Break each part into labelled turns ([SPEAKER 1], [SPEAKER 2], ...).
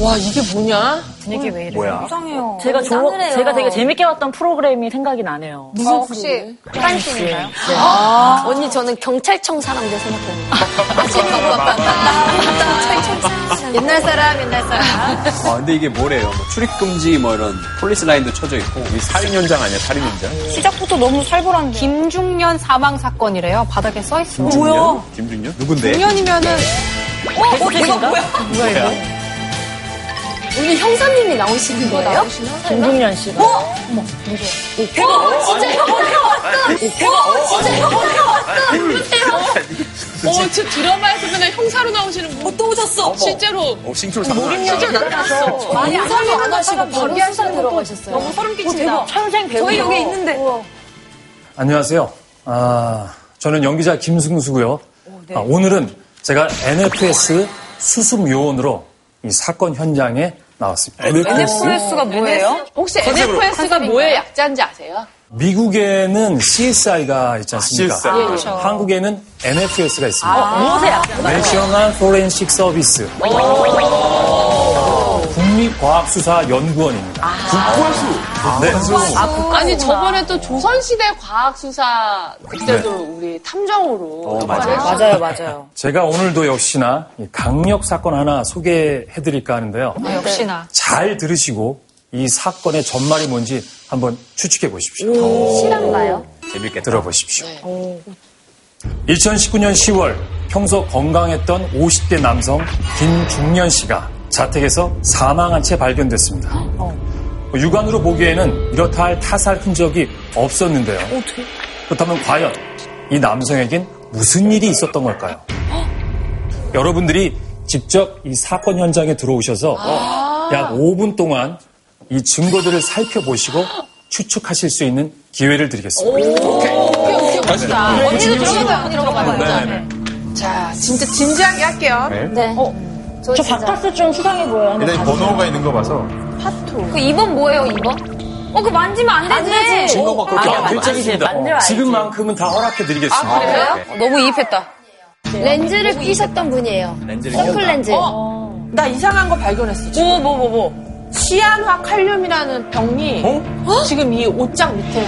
[SPEAKER 1] 와, 이게 뭐냐?
[SPEAKER 2] 분위기 왜 이래?
[SPEAKER 3] 뭐야?
[SPEAKER 2] 이상해요.
[SPEAKER 4] 제가 조,
[SPEAKER 5] 싸늘해요.
[SPEAKER 4] 제가 되게 재밌게 봤던 프로그램이 생각이 나네요.
[SPEAKER 1] 무슨
[SPEAKER 2] 어, 혹시 깐씨인가요?
[SPEAKER 5] 네. 아, 언니 저는 경찰청 사람들 생각해요.
[SPEAKER 1] 옛날 사람, 옛날 사람.
[SPEAKER 6] 아, 근데 이게 뭐래요? 뭐 출입금지 뭐 이런 폴리스 라인도 쳐져 있고.
[SPEAKER 3] 이 살인 현장 아니야, 살인 현장?
[SPEAKER 2] 시작부터 너무 살벌한데.
[SPEAKER 7] 김중년 사망 사건이래요. 바닥에 써 있어요.
[SPEAKER 3] 뭐야? 김준현?
[SPEAKER 6] 누군데?
[SPEAKER 7] 중년이면은
[SPEAKER 5] 우리 형사님이 나오시는 거예요?
[SPEAKER 4] 김중년 씨가.
[SPEAKER 5] 어,
[SPEAKER 1] 어, 저 드라마에서 맨날 형사로 나오시는 분. 어, 또 오셨어. 실제로.
[SPEAKER 3] 어, 싱출 상상.
[SPEAKER 5] 많이 안 하시고 바로 수사 들어가셨어요. 뭐
[SPEAKER 1] 소름 끼친다.
[SPEAKER 4] 평생 배우.
[SPEAKER 1] 저희 여기 있는데.
[SPEAKER 8] 안녕하세요. 아, 저는 연기자 김승수고요.
[SPEAKER 2] 어,
[SPEAKER 3] 네.
[SPEAKER 2] 네.
[SPEAKER 8] 아, 오늘은 제가 NFS 수습 요원으로 이 사건 현장에 나왔습니다. 아,
[SPEAKER 2] NFS가 뭐예요?
[SPEAKER 1] 혹시 NFS가 뭐의 약자인지 아세요?
[SPEAKER 8] 미국에는 CSI가 있지 않습니까?
[SPEAKER 3] CSI. 예, 그렇죠. 아, 네.
[SPEAKER 8] 한국에는 NFS가
[SPEAKER 5] 아,
[SPEAKER 8] 있습니다.
[SPEAKER 4] 무엇의 약?
[SPEAKER 8] 내셔널 포렌식 서비스.
[SPEAKER 5] 아.
[SPEAKER 3] 어.
[SPEAKER 8] 국립과학수사연구원입니다.
[SPEAKER 3] 아.
[SPEAKER 8] 네.
[SPEAKER 1] 아니, 저번에 또 조선시대 과학수사, 그때도 우리 탐정으로. 네.
[SPEAKER 4] 맞아요, 맞아요.
[SPEAKER 8] 어, 제가 오늘도 역시나 이 강력 사건 하나 소개해 드릴까 하는데요.
[SPEAKER 3] 네,
[SPEAKER 7] 역시나.
[SPEAKER 8] 잘 들으시고 이 사건의 전말이 뭔지 한번 추측해 보십시오.
[SPEAKER 5] 실한가요?
[SPEAKER 3] 재밌겠다.
[SPEAKER 8] 들어보십시오.
[SPEAKER 4] 네.
[SPEAKER 8] 2019년 10월 평소 건강했던 50대 남성 김중년 씨가 자택에서 사망한 채 발견됐습니다.
[SPEAKER 3] 어.
[SPEAKER 8] 육안으로 보기에는 이렇다 할 타살 흔적이 없었는데요. 그렇다면 과연 이 남성에겐 무슨 일이 있었던 걸까요? 여러분들이 직접 이 사건 현장에 들어오셔서 약 5분 동안 이 증거들을 살펴보시고 추측하실 수 있는 기회를 드리겠습니다.
[SPEAKER 7] 어,
[SPEAKER 1] 오케이, 오케이, 오케이. 언니도 들어가봐요. 네, 자, 진짜 진지하게 할게요. 어,
[SPEAKER 5] 네.
[SPEAKER 4] 저 바카스 좀 수상해 보여요. 근데
[SPEAKER 1] 네.
[SPEAKER 3] 일단 번호가 있는 거 봐서.
[SPEAKER 5] 그 2번 뭐예요, 2번? 어, 그거 만지면 안 되지.
[SPEAKER 8] 증거가 그렇게
[SPEAKER 4] 아니야,
[SPEAKER 8] 안
[SPEAKER 4] 만지지,
[SPEAKER 8] 들적입니다. 어, 아,
[SPEAKER 4] 만져야지. 아,
[SPEAKER 8] 지금만큼은 다 허락해
[SPEAKER 7] 아,
[SPEAKER 8] 드리겠습니다.
[SPEAKER 7] 너무 이입했다.
[SPEAKER 5] 렌즈를 끼셨던 분이에요.
[SPEAKER 8] 네.
[SPEAKER 5] 선클렌즈.
[SPEAKER 1] 어, 나 이상한 거 발견했어. 지금. 뭐, 뭐, 뭐, 뭐. 시안화 칼륨이라는 병이 어? 지금 이 옷장 밑에.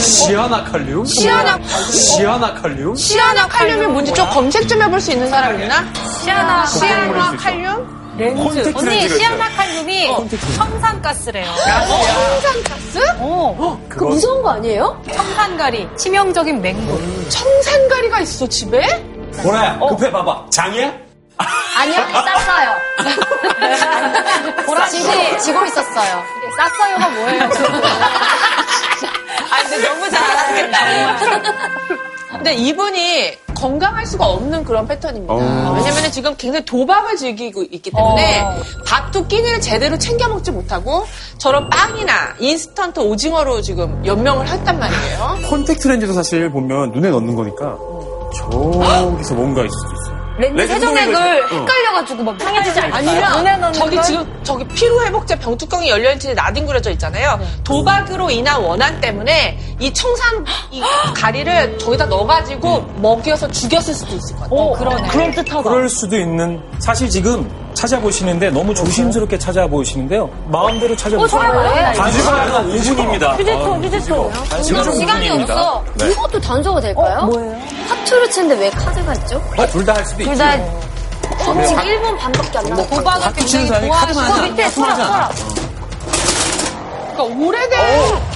[SPEAKER 6] 시아나 칼륨?
[SPEAKER 1] 시안화,
[SPEAKER 6] 시아나 칼륨?
[SPEAKER 1] 시안화 칼륨이 뭔지 좀 검색 좀 해볼 수 있는 사람 있나? 시안화, 시안화 칼륨?
[SPEAKER 7] 언니 시아나 칼륨이 어, 청산가스래요.
[SPEAKER 9] 네.
[SPEAKER 1] 청산가스?
[SPEAKER 5] 그 무서운 거 아니에요?
[SPEAKER 7] 청산가리 치명적인 맹물.
[SPEAKER 1] 청산가리가 있어, 집에?
[SPEAKER 6] 보라야, 급해 봐봐. 장이야?
[SPEAKER 5] 아니요, 쌌어요.
[SPEAKER 7] 보라 씨 지고 있었어요. 쌌어요가 뭐예요?
[SPEAKER 2] 아, 근데 너무 잘 알았겠다.
[SPEAKER 1] 근데 이분이 건강할 수가 없는 그런 패턴입니다. 왜냐면 지금 굉장히 도박을 즐기고 있기 때문에
[SPEAKER 7] 어.
[SPEAKER 1] 밥도 끼니를 제대로 챙겨 먹지 못하고 저런 빵이나 인스턴트 오징어로 지금 연명을 했단 말이에요.
[SPEAKER 3] 콘택트 렌즈도 사실 보면 눈에 넣는 거니까 저기서 뭔가 있을 수도 있어.
[SPEAKER 7] 렌즈 어. 세정액을 헷갈려가지고 막 상해지지 않
[SPEAKER 1] 아니야. 저기 지금 저기 피로 회복제 병뚜껑이 열려 있는데 나뒹구려져 있잖아요. 도박으로 인한 원한 때문에 이 청산 이 가리를 저기다 넣어가지고
[SPEAKER 7] 음.
[SPEAKER 1] 먹여서 죽였을 수도 있을 것 같아요.
[SPEAKER 4] 그러네. 그럴 듯하다.
[SPEAKER 8] 그럴 수도 있는 사실 지금 찾아보시는데 너무 조심스럽게 찾아보시는데요. 마음대로 찾아보세요. 네. 단지가 5분입니다. 아,
[SPEAKER 4] 휴대폰,
[SPEAKER 7] 아,
[SPEAKER 4] 휴대폰.
[SPEAKER 5] 지금 시간이 없어.
[SPEAKER 8] 네.
[SPEAKER 7] 네.
[SPEAKER 5] 이것도 단서가
[SPEAKER 7] 어,
[SPEAKER 5] 될까요? 뭐예요? 화투를 치는데 왜 카드가 있죠?
[SPEAKER 10] 어,
[SPEAKER 6] 둘 다 할 수도 있지.
[SPEAKER 10] 네.
[SPEAKER 5] 둘다 지금 1번 반밖에 안
[SPEAKER 7] 뭐,
[SPEAKER 5] 나와.
[SPEAKER 7] 오빠가 굉장히 좋아하는 거 어, 밑에 소라 소라.
[SPEAKER 1] 그러니까 오래된
[SPEAKER 7] 어.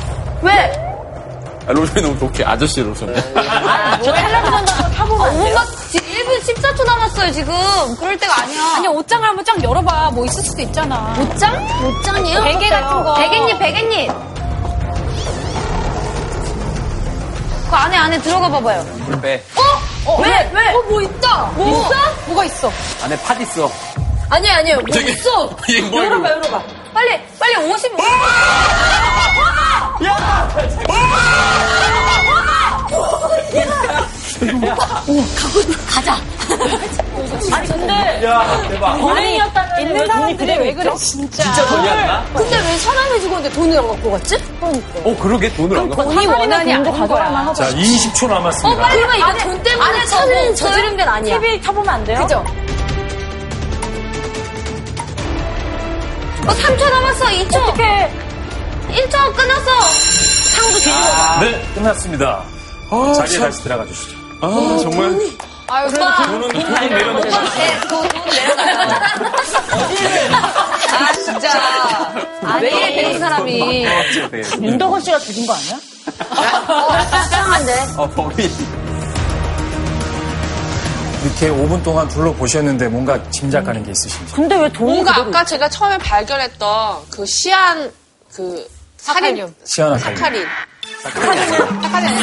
[SPEAKER 3] 아, 로션이 너무 좋게 아저씨 로션.
[SPEAKER 7] 아,
[SPEAKER 4] 저 탤런트 건담 타고 가는데요?
[SPEAKER 7] 뭔가 어, 지금 1분 14초 남았어요 지금. 그럴 때가 아니야. 아니 옷장을 한번 쫙 열어봐. 뭐 있을 수도 있잖아.
[SPEAKER 5] 옷장? 옷장이요?
[SPEAKER 7] 베개 같은 거.
[SPEAKER 5] 베개잎, 베개잎.
[SPEAKER 7] 그 안에 안에 들어가 봐봐요.
[SPEAKER 6] 물 빼.
[SPEAKER 7] 어, 왜? 왜? 어, 뭐 있다. 뭐? 있어? 뭐가 있어?
[SPEAKER 6] 안에 팥 있어.
[SPEAKER 7] 아니, 아니요. 뭐 있어?
[SPEAKER 3] 이게 뭐야, 이거.
[SPEAKER 7] 열어봐, 열어봐. 빨리, 빨리 55.
[SPEAKER 6] 뭐?
[SPEAKER 7] 뭐?
[SPEAKER 4] 아니, 근데
[SPEAKER 6] 야, 대박.
[SPEAKER 4] 연예인이었다면 있는 사람이 그래 왜 그래?
[SPEAKER 6] 진짜 돈이 안 나?
[SPEAKER 5] 근데 왜 사람의 직원인데 돈을 안 갖고 갔지? 그러니까.
[SPEAKER 6] 어, 그러게 돈을 안 갖고.
[SPEAKER 4] 돈이 원한이 안 가져야만 하고.
[SPEAKER 8] 자, 20초 남았습니다.
[SPEAKER 5] 그러면
[SPEAKER 7] 아,
[SPEAKER 5] 이거 돈 때문에 차는 저지른 건 아니야.
[SPEAKER 4] TV 타보면 안 돼요?
[SPEAKER 5] 그죠?
[SPEAKER 7] 어, 3초 남았어. 2초. 어떡해. 1초 끊었어. 상도 뒤집어 봐.
[SPEAKER 8] 네, 끝났습니다.
[SPEAKER 3] 아,
[SPEAKER 8] 자리에
[SPEAKER 3] 참.
[SPEAKER 8] 다시 들어가 주시죠.
[SPEAKER 3] 아, 정말.
[SPEAKER 7] 아유, 오빠.
[SPEAKER 8] 돈은, 돈은 내려놓고.
[SPEAKER 7] 네, 돈, 돈 내려가라. 아, 진짜. 아니, 왜 이래, 되는 사람이.
[SPEAKER 6] 네.
[SPEAKER 4] 윤덕원 씨가 죽인 거 아니야?
[SPEAKER 6] 어, 범인.
[SPEAKER 8] 이렇게 5분 동안 둘러보셨는데 뭔가 짐작하는 게 있으신지.
[SPEAKER 4] 근데 왜 돈이
[SPEAKER 1] 뭔가
[SPEAKER 4] 그대로
[SPEAKER 1] 아까 제가 처음에 발견했던 그 시안 그 살인
[SPEAKER 8] 시아나 갈리.
[SPEAKER 1] 사카린 사카린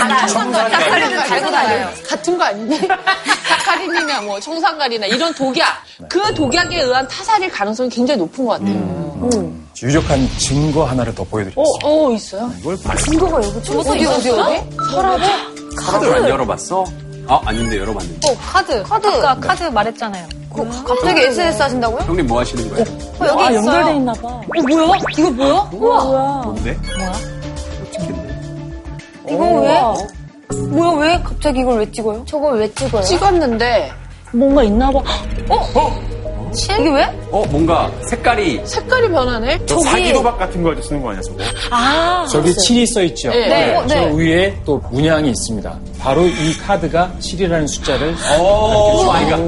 [SPEAKER 7] 아,
[SPEAKER 1] 사카린 사카린은 달고 다녀요 같은 거 아니니? 사카린이나 뭐 청산가리나 이런 독약 그 독약에 의한 타살일 가능성이 굉장히 높은 것 같아요. 음.
[SPEAKER 8] 유력한 증거 하나를 더 보여드리겠습니다.
[SPEAKER 1] 어 있어요?
[SPEAKER 3] 이걸 봐.
[SPEAKER 7] 어디, 어디,
[SPEAKER 4] 뭐?
[SPEAKER 7] 어디?
[SPEAKER 6] 카드를 안 열어봤어? 아, 아닌데 열어봤는데.
[SPEAKER 7] 어, 카드. 카드. 아까 카드 말했잖아요. 음. 갑자기 SNS 하신다고요?
[SPEAKER 6] 형님 뭐 하시는 거예요?
[SPEAKER 7] 어, 여기
[SPEAKER 4] 아,
[SPEAKER 7] 있어요.
[SPEAKER 4] 연결돼 있나 봐.
[SPEAKER 7] 어, 뭐야? 이거 뭐야? 우와.
[SPEAKER 6] 뭔데?
[SPEAKER 7] 이거 왜? 뭐야, 왜 갑자기 이걸 왜 찍어요?
[SPEAKER 5] 저걸 왜 찍어요?
[SPEAKER 1] 찍었는데
[SPEAKER 4] 뭔가 있나 봐.
[SPEAKER 7] 어?
[SPEAKER 3] 어?
[SPEAKER 7] 이게 왜?
[SPEAKER 6] 어, 뭔가 색깔이
[SPEAKER 1] 색깔이 변하네.
[SPEAKER 3] 저 사기도박 같은 거 쓰는 거 아니야, 저거?
[SPEAKER 4] 아,
[SPEAKER 8] 저기 7이 써있죠?
[SPEAKER 1] 네.
[SPEAKER 7] 어,
[SPEAKER 8] 저
[SPEAKER 7] 네.
[SPEAKER 8] 위에 또 문양이 있습니다. 바로 이 카드가 7이라는 숫자를 어,
[SPEAKER 6] 오, 마이 갓.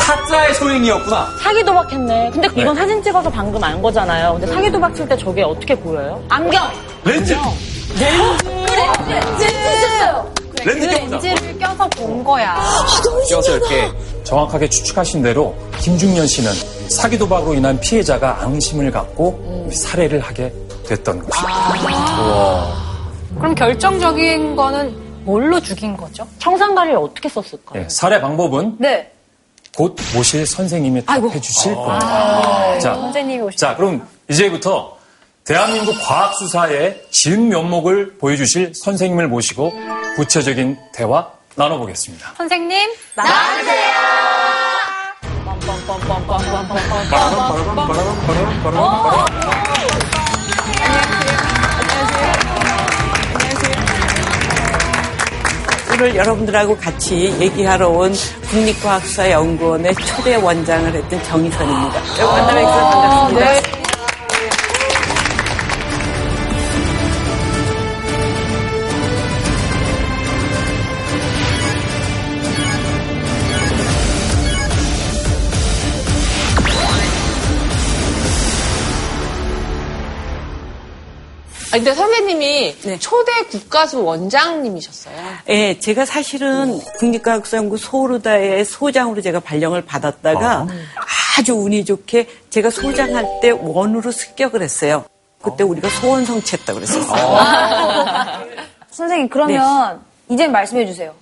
[SPEAKER 6] 타짜의 소행이었구나.
[SPEAKER 4] 사기 도박했네. 근데 이건 사진 찍어서 방금 안 거잖아요. 근데 사기 도박 칠 때 저게 어떻게 보여요?
[SPEAKER 7] 안경.
[SPEAKER 1] 아,
[SPEAKER 6] 렌즈! 렌즈! 렌즈! 렌즈 껴보자.
[SPEAKER 7] 렌즈를 껴서 본 거야.
[SPEAKER 6] 껴서 이렇게.
[SPEAKER 8] 정확하게 추측하신 대로 김중년 씨는 사기 도박으로 인한 피해자가 앙심을 갖고
[SPEAKER 7] 음.
[SPEAKER 8] 살해를 하게 됐던 것이죠.
[SPEAKER 7] 아. 그럼 결정적인 거는 뭘로 죽인 거죠?
[SPEAKER 4] 청산가리를 어떻게 썼을까?
[SPEAKER 8] 예, 살해 방법은
[SPEAKER 7] 네.
[SPEAKER 8] 곧 모실 선생님이
[SPEAKER 7] 아이고.
[SPEAKER 8] 답해 주실 겁니다. 자,
[SPEAKER 7] 선생님이 오셨
[SPEAKER 8] 자, 그럼 이제부터 대한민국 과학수사의 진 면목을 보여주실 선생님을 모시고 구체적인 대화 나눠보겠습니다.
[SPEAKER 7] 선생님,
[SPEAKER 3] 바라밤, 바라밤, 바라밤, 바라밤,
[SPEAKER 7] 어?
[SPEAKER 3] 바라밤, 바라밤.
[SPEAKER 11] 오늘 여러분들하고 같이 얘기하러 온 국립과학수사연구원의 초대 원장을 했던 정희선입니다. 여러분 만나뵙기 반갑습니다.
[SPEAKER 1] 아, 근데 선배님이
[SPEAKER 11] 네.
[SPEAKER 1] 초대 국가수 원장님이셨어요.
[SPEAKER 11] 예, 제가 사실은 국립과학수연구 소르다의 소장으로 제가 발령을 받았다가 아주 운이 좋게 제가 소장할 때 원으로 습격을 했어요. 그때 우리가 소원성취했다고 그랬었어요.
[SPEAKER 7] 선생님 그러면
[SPEAKER 3] 네.
[SPEAKER 7] 이제 말씀해 주세요.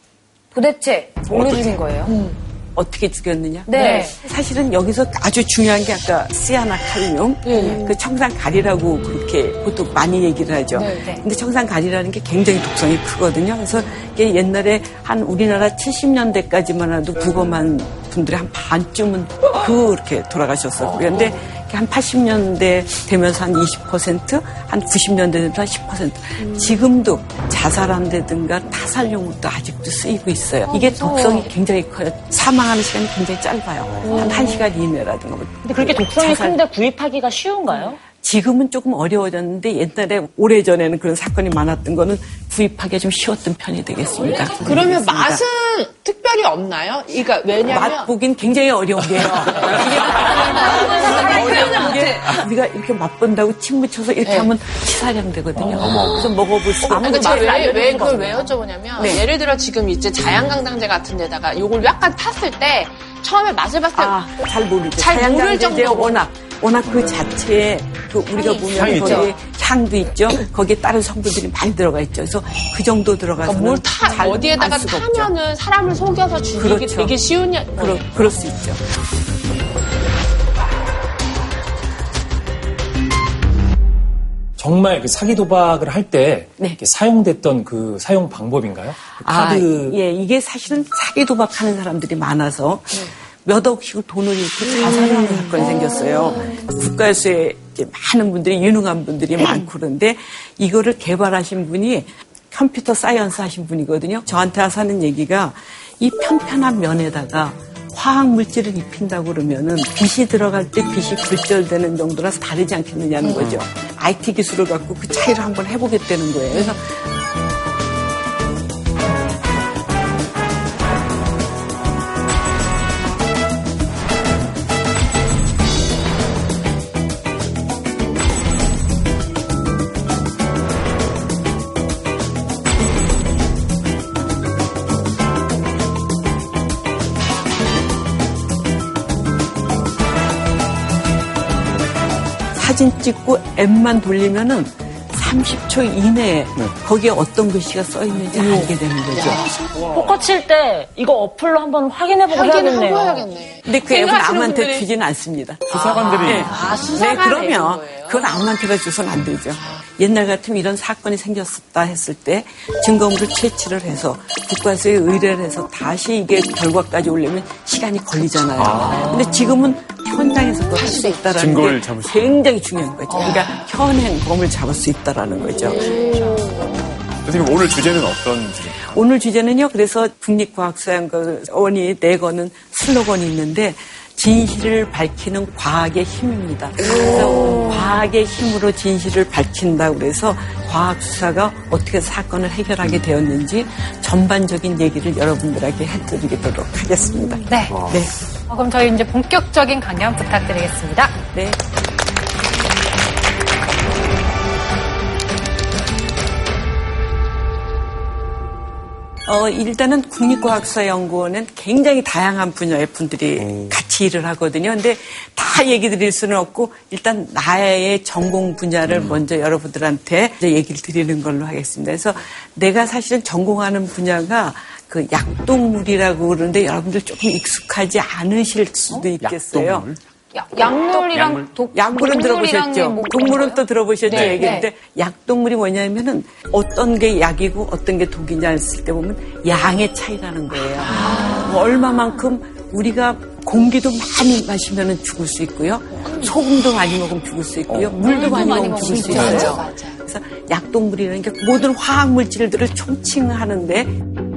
[SPEAKER 7] 도대체 뭘로 죽인 거예요?
[SPEAKER 11] 음. 어떻게 죽였느냐?
[SPEAKER 7] 네.
[SPEAKER 11] 사실은 여기서 아주 중요한 게 아까 시아나 칼륨, 그 청산가리라고 그렇게 보통 많이 얘기를 하죠. 근데 청산가리라는 게 굉장히 독성이 크거든요. 그래서 이게 옛날에 한 우리나라 70년대까지만 해도 부검한 분들이 한 반쯤은 그렇게 돌아가셨었고요. 근데 이렇게 한 80년대 되면서 한 20%, 한 90년대 되면 한 10%. 지금도 자살한다든가 타살용으로도 아직도 쓰이고 있어요. 이게 독성이 굉장히 커요. 사망하는 시간이 굉장히 짧아요. 한 1시간 이내라든가. 뭐
[SPEAKER 4] 근데 그렇게 독성이
[SPEAKER 11] 자살.
[SPEAKER 4] 큰데 구입하기가 쉬운가요?
[SPEAKER 11] 지금은 조금 어려워졌는데 옛날에 오래전에는 그런 사건이 많았던 거는 구입하기가 좀 쉬웠던 편이 되겠습니다.
[SPEAKER 1] 그러면
[SPEAKER 11] 되겠습니다.
[SPEAKER 1] 맛은 특별히 없나요? 그러니까 왜냐면
[SPEAKER 11] 맛보긴 굉장히 어려운 게요. 어, 이게 우리가 이렇게 맛본다고 침 묻혀서 이렇게
[SPEAKER 1] 네.
[SPEAKER 11] 하면 치사량 되거든요. 그래서 먹어볼 수가 없는
[SPEAKER 1] 그러니까
[SPEAKER 2] 아,
[SPEAKER 1] 제가 음. 왜, 왜
[SPEAKER 11] 거예요.
[SPEAKER 1] 그걸 왜 여쭤보냐면
[SPEAKER 2] 네.
[SPEAKER 1] 예를 들어 지금 이제 자양강당제 같은 데다가 요걸 약간 탔을 때 처음에 맛을 봤을 때
[SPEAKER 11] 아, 잘 모르죠.
[SPEAKER 1] 잘 모를
[SPEAKER 11] 사양당제 이제
[SPEAKER 1] 정도로.
[SPEAKER 11] 워낙 워낙 그 자체에 그 우리가 보면
[SPEAKER 8] 향이
[SPEAKER 11] 거기에 향도 있죠. 거기에 다른 성분들이 많이 들어가 있죠. 그래서 그 정도 들어가서
[SPEAKER 1] 그러니까 뭘 타, 어디에다가 타면은 사람을 속여서 죽이기
[SPEAKER 11] 그렇죠.
[SPEAKER 1] 되게 쉬운 네. 야-
[SPEAKER 11] 그럴 그럴 수 있죠.
[SPEAKER 8] 정말 그 사기 도박을 할 때
[SPEAKER 11] 네.
[SPEAKER 8] 사용됐던 그 사용 방법인가요? 그 카드
[SPEAKER 11] 아, 예, 이게 사실은 사기 도박하는 사람들이 많아서 몇 억씩 돈을 이렇게 자살하는 사건이 생겼어요. 국가에서의 이제 많은 분들이 유능한 분들이 많고 그런데 이거를 개발하신 분이 컴퓨터 사이언스 하신 분이거든요. 저한테 하는 얘기가 이 편편한 면에다가 화학 물질을 입힌다고 그러면은 빛이 들어갈 때 빛이 굴절되는 정도라서 다르지 않겠느냐는 거죠. IT 기술을 갖고 그 차이를 한번 해보겠다는 거예요. 그래서 사진 찍고 앱만 돌리면은 30초 이내에 거기에 어떤 글씨가 써 있는지 알게 되는 거죠.
[SPEAKER 4] 포커 칠 때 이거 어플로 한번 확인해보고
[SPEAKER 1] 확인을 하고
[SPEAKER 4] 해야겠네요.
[SPEAKER 1] 해야겠네.
[SPEAKER 11] 근데 그 앱은
[SPEAKER 1] 생각하시는
[SPEAKER 11] 남한테
[SPEAKER 1] 분들이-
[SPEAKER 11] 주지는 않습니다.
[SPEAKER 8] 수사관들이
[SPEAKER 1] 아,
[SPEAKER 11] 네,
[SPEAKER 1] 수사가
[SPEAKER 11] 그러면
[SPEAKER 1] 거예요.
[SPEAKER 11] 그건 아무한테나 주선 안 되죠. 옛날 같으면 이런 사건이 생겼다 했을 때 증거물을 채취를 해서 국가에서 의뢰를 해서 다시 이게 결과까지 오려면 시간이 걸리잖아요. 근데 지금은 현장에서 그걸 할 수 있다라는
[SPEAKER 3] 증거를
[SPEAKER 11] 게
[SPEAKER 3] 잡을 수
[SPEAKER 11] 굉장히 중요한 거죠. 그러니까 현행범을 잡을 수 있다라는 거죠.
[SPEAKER 1] 음.
[SPEAKER 3] 선생님 오늘 주제는 어떤 주제인가요?
[SPEAKER 11] 오늘 주제는요. 그래서 국립과학수양원이 내거는 슬로건이 있는데 진실을 밝히는 과학의 힘입니다. 그래서 과학의 힘으로 진실을 밝힌다고 그래서 과학 수사가 어떻게 사건을 해결하게 되었는지 전반적인 얘기를 여러분들에게 해드리도록 하겠습니다.
[SPEAKER 7] 네.
[SPEAKER 11] 네.
[SPEAKER 7] 어, 그럼 저희 이제 본격적인 강연 부탁드리겠습니다.
[SPEAKER 11] 네. 어, 일단은 국립과학사연구원은 굉장히 다양한 분야의 분들이 같이 일을 하거든요. 근데 다 얘기 드릴 수는 없고, 일단 나의 전공 분야를
[SPEAKER 6] 음.
[SPEAKER 11] 먼저 여러분들한테 이제 얘기를 드리는 걸로 하겠습니다. 그래서 내가 사실은 전공하는 분야가 그 약동물이라고 그러는데 여러분들 조금 익숙하지 않으실 수도 있겠어요.
[SPEAKER 6] 약동물?
[SPEAKER 7] 약물이랑 독,
[SPEAKER 11] 약물은
[SPEAKER 7] 동물이랑
[SPEAKER 11] 들어보셨죠?
[SPEAKER 7] 뭐 그런
[SPEAKER 11] 동물은
[SPEAKER 7] 거예요?
[SPEAKER 11] 또 들어보셨죠?
[SPEAKER 7] 네.
[SPEAKER 11] 얘기인데 약동물이 뭐냐면은 어떤 게 약이고 어떤 게 독이냐 했을 때 보면 양의 차이라는 거예요. 뭐 얼마만큼 우리가 공기도 많이 마시면은 죽을 수 있고요. 소금도 많이 먹으면 죽을 수
[SPEAKER 2] 예,
[SPEAKER 7] 어.
[SPEAKER 11] 있고요. 물도 많이 먹으면 죽을 수 있어요. 그래서 약동물이라는 게 모든 화학 물질들을 총칭하는데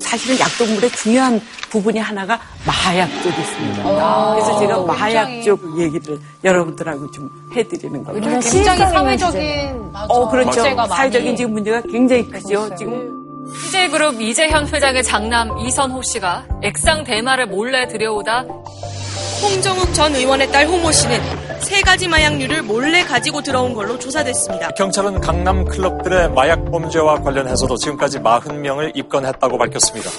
[SPEAKER 11] 사실은 약동물의 중요한 부분이 하나가 마약 쪽이 있습니다.
[SPEAKER 7] 아,
[SPEAKER 11] 그래서 제가 마약 쪽 얘기를 여러분들하고 좀 해드리는 겁니다.
[SPEAKER 7] 굉장히 사회적인
[SPEAKER 11] 어, 그렇죠.
[SPEAKER 7] 문제가 많이- 네.
[SPEAKER 11] 사회적인 지금 문제가 굉장히 크죠. 지금
[SPEAKER 9] TJ그룹 이재현 회장의 장남 이선호 씨가 액상 대마를 몰래 들여오다
[SPEAKER 2] 홍정욱 전 의원의 딸 홍모 씨는 세 가지 마약류를 몰래 가지고 들어온 걸로 조사됐습니다.
[SPEAKER 12] 경찰은 강남 클럽들의 마약 범죄와 관련해서도 지금까지 40명을 입건했다고 밝혔습니다.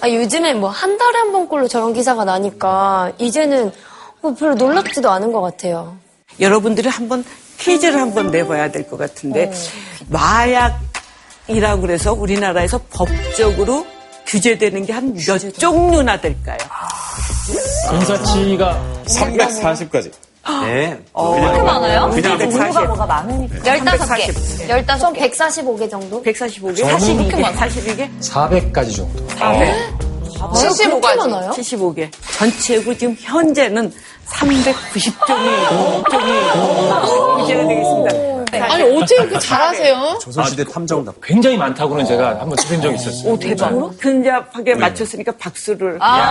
[SPEAKER 5] 아, 요즘에 뭐 한 달에 한 번꼴로 저런 기사가 나니까 이제는 뭐 별로 놀랍지도 않은 것 같아요.
[SPEAKER 11] 여러분들이 한번 퀴즈를 한번 내봐야 될 것
[SPEAKER 7] 어.
[SPEAKER 11] 같은데 마약이라고 그래서 우리나라에서 법적으로 규제되는 게 한 몇 종류나 될까요?
[SPEAKER 8] 검사치가
[SPEAKER 3] 340까지.
[SPEAKER 6] 네.
[SPEAKER 9] 그렇게 많아요?
[SPEAKER 3] 그냥
[SPEAKER 4] 종류가 뭐가 많으니까.
[SPEAKER 7] 15개. 15개.
[SPEAKER 5] 145개 정도?
[SPEAKER 11] 145개,
[SPEAKER 8] 저는
[SPEAKER 11] 42개, 42개,
[SPEAKER 8] 400까지 정도.
[SPEAKER 11] 아, 네?
[SPEAKER 1] 어? 75가지.
[SPEAKER 5] 많아요?
[SPEAKER 11] 75개. 전체고 지금 현재는 390종이 종이 규제가 되겠습니다. 네.
[SPEAKER 1] 아니, 어떻게 이렇게 잘하세요?
[SPEAKER 6] 조선시대 탐정답.
[SPEAKER 8] 굉장히 많다고는 제가 한번 찾은 적이 있었어요.
[SPEAKER 11] 오 대박. 근접하게 맞췄으니까 박수를.
[SPEAKER 1] 아,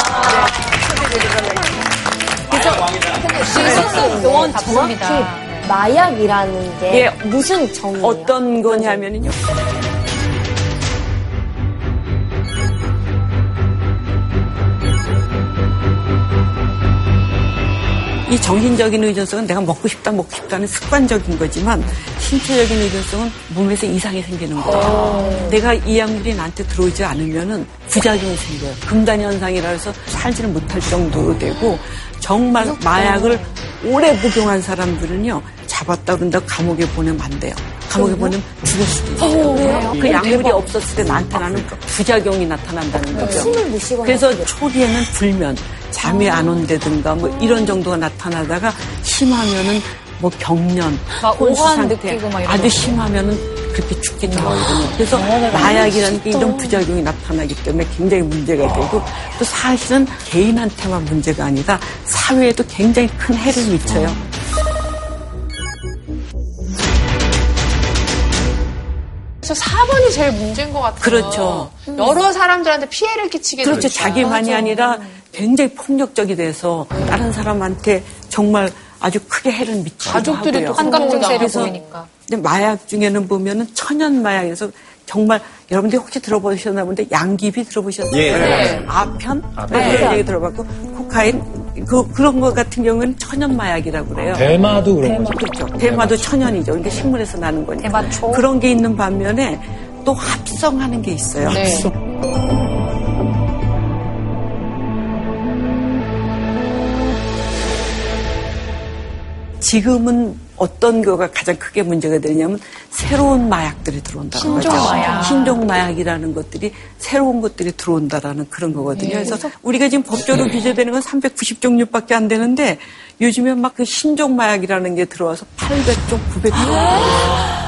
[SPEAKER 7] 실수는 요원
[SPEAKER 5] 정확히
[SPEAKER 7] 잡습니다.
[SPEAKER 5] 마약이라는 게
[SPEAKER 11] 예,
[SPEAKER 5] 무슨 정의예요?
[SPEAKER 11] 어떤 거냐면요. 이 정신적인 의존성은 내가 먹고 싶다, 먹고 싶다는 습관적인 거지만 신체적인 의존성은 몸에서 이상이 생기는
[SPEAKER 5] 아.
[SPEAKER 11] 거예요. 내가 이 약물이 나한테 들어오지 않으면은 부작용이 생겨요. 금단 현상이라 해서 살지를 못할 정도로 되고 정말 마약을 오래 복용한 사람들은요 잡았다 그런다 감옥에 보내면 안 돼요. 감옥에 보내면 죽을 수도 있어요. 아, 그 약물이 없었을 때 나타나는 부작용이 나타난다는 거죠.
[SPEAKER 5] 숨을 못 쉬거나
[SPEAKER 11] 그래서 초기에는 불면, 잠이 안 온다든가 뭐 이런 정도가 나타나다가 심하면은 뭐 경련,
[SPEAKER 7] 막
[SPEAKER 11] 혼수
[SPEAKER 7] 오한
[SPEAKER 11] 상태,
[SPEAKER 7] 느끼고 막 이런
[SPEAKER 11] 아주
[SPEAKER 7] 거. 뭐
[SPEAKER 11] 심하면은 그렇게 죽기도 하거든요. 그래서
[SPEAKER 7] 어,
[SPEAKER 11] 마약이라는 게 이런 부작용이 나타나기 때문에 굉장히 문제가 되고
[SPEAKER 7] 어.
[SPEAKER 11] 또 사실은 개인한테만 문제가 아니라 사회에도 굉장히 큰 해를 미쳐요.
[SPEAKER 7] 어.
[SPEAKER 1] 그래서 4번이 제일 문제인 것 같아요.
[SPEAKER 11] 그렇죠.
[SPEAKER 1] 여러 사람들한테 피해를 끼치게
[SPEAKER 11] 그렇죠.
[SPEAKER 1] 되니까.
[SPEAKER 11] 자기만이
[SPEAKER 1] 맞아.
[SPEAKER 11] 아니라
[SPEAKER 7] 음.
[SPEAKER 11] 굉장히 폭력적이 돼서 다른 사람한테 정말 아주 크게 해를 미치고
[SPEAKER 7] 가족들이 또 한감정세를 보이니까.
[SPEAKER 11] 근데 마약 중에는 보면은 천연 마약에서 정말 여러분들이 혹시 들어보셨나 본데 양귀비 들어보셨어요?
[SPEAKER 13] 예. 네.
[SPEAKER 11] 아편?
[SPEAKER 13] 아편.
[SPEAKER 11] 뭐
[SPEAKER 13] 아편.
[SPEAKER 11] 그런 얘기 들어봤고 코카인 그, 그런 것 같은 경우는 천연 마약이라고 그래요.
[SPEAKER 8] 아, 대마도 그런 거죠.
[SPEAKER 11] 그렇죠. 대마도 천연이죠. 그러니까 식물에서 나는 거니까.
[SPEAKER 7] 대마초.
[SPEAKER 11] 그런 게 있는 반면에 또 합성하는 게 있어요.
[SPEAKER 7] 네.
[SPEAKER 11] 합성. 지금은 어떤 거가 가장 크게 문제가 되냐면 새로운 마약들이 들어온다는
[SPEAKER 7] 신종
[SPEAKER 11] 거죠.
[SPEAKER 7] 마약.
[SPEAKER 11] 신종 마약이라는 것들이 새로운 것들이 들어온다라는 그런 거거든요.
[SPEAKER 7] 네.
[SPEAKER 11] 그래서 우리가 지금 법적으로 규제되는 건 390종류밖에 안 되는데 요즘에 막 그 신종 마약이라는 게 들어와서 800종, 900종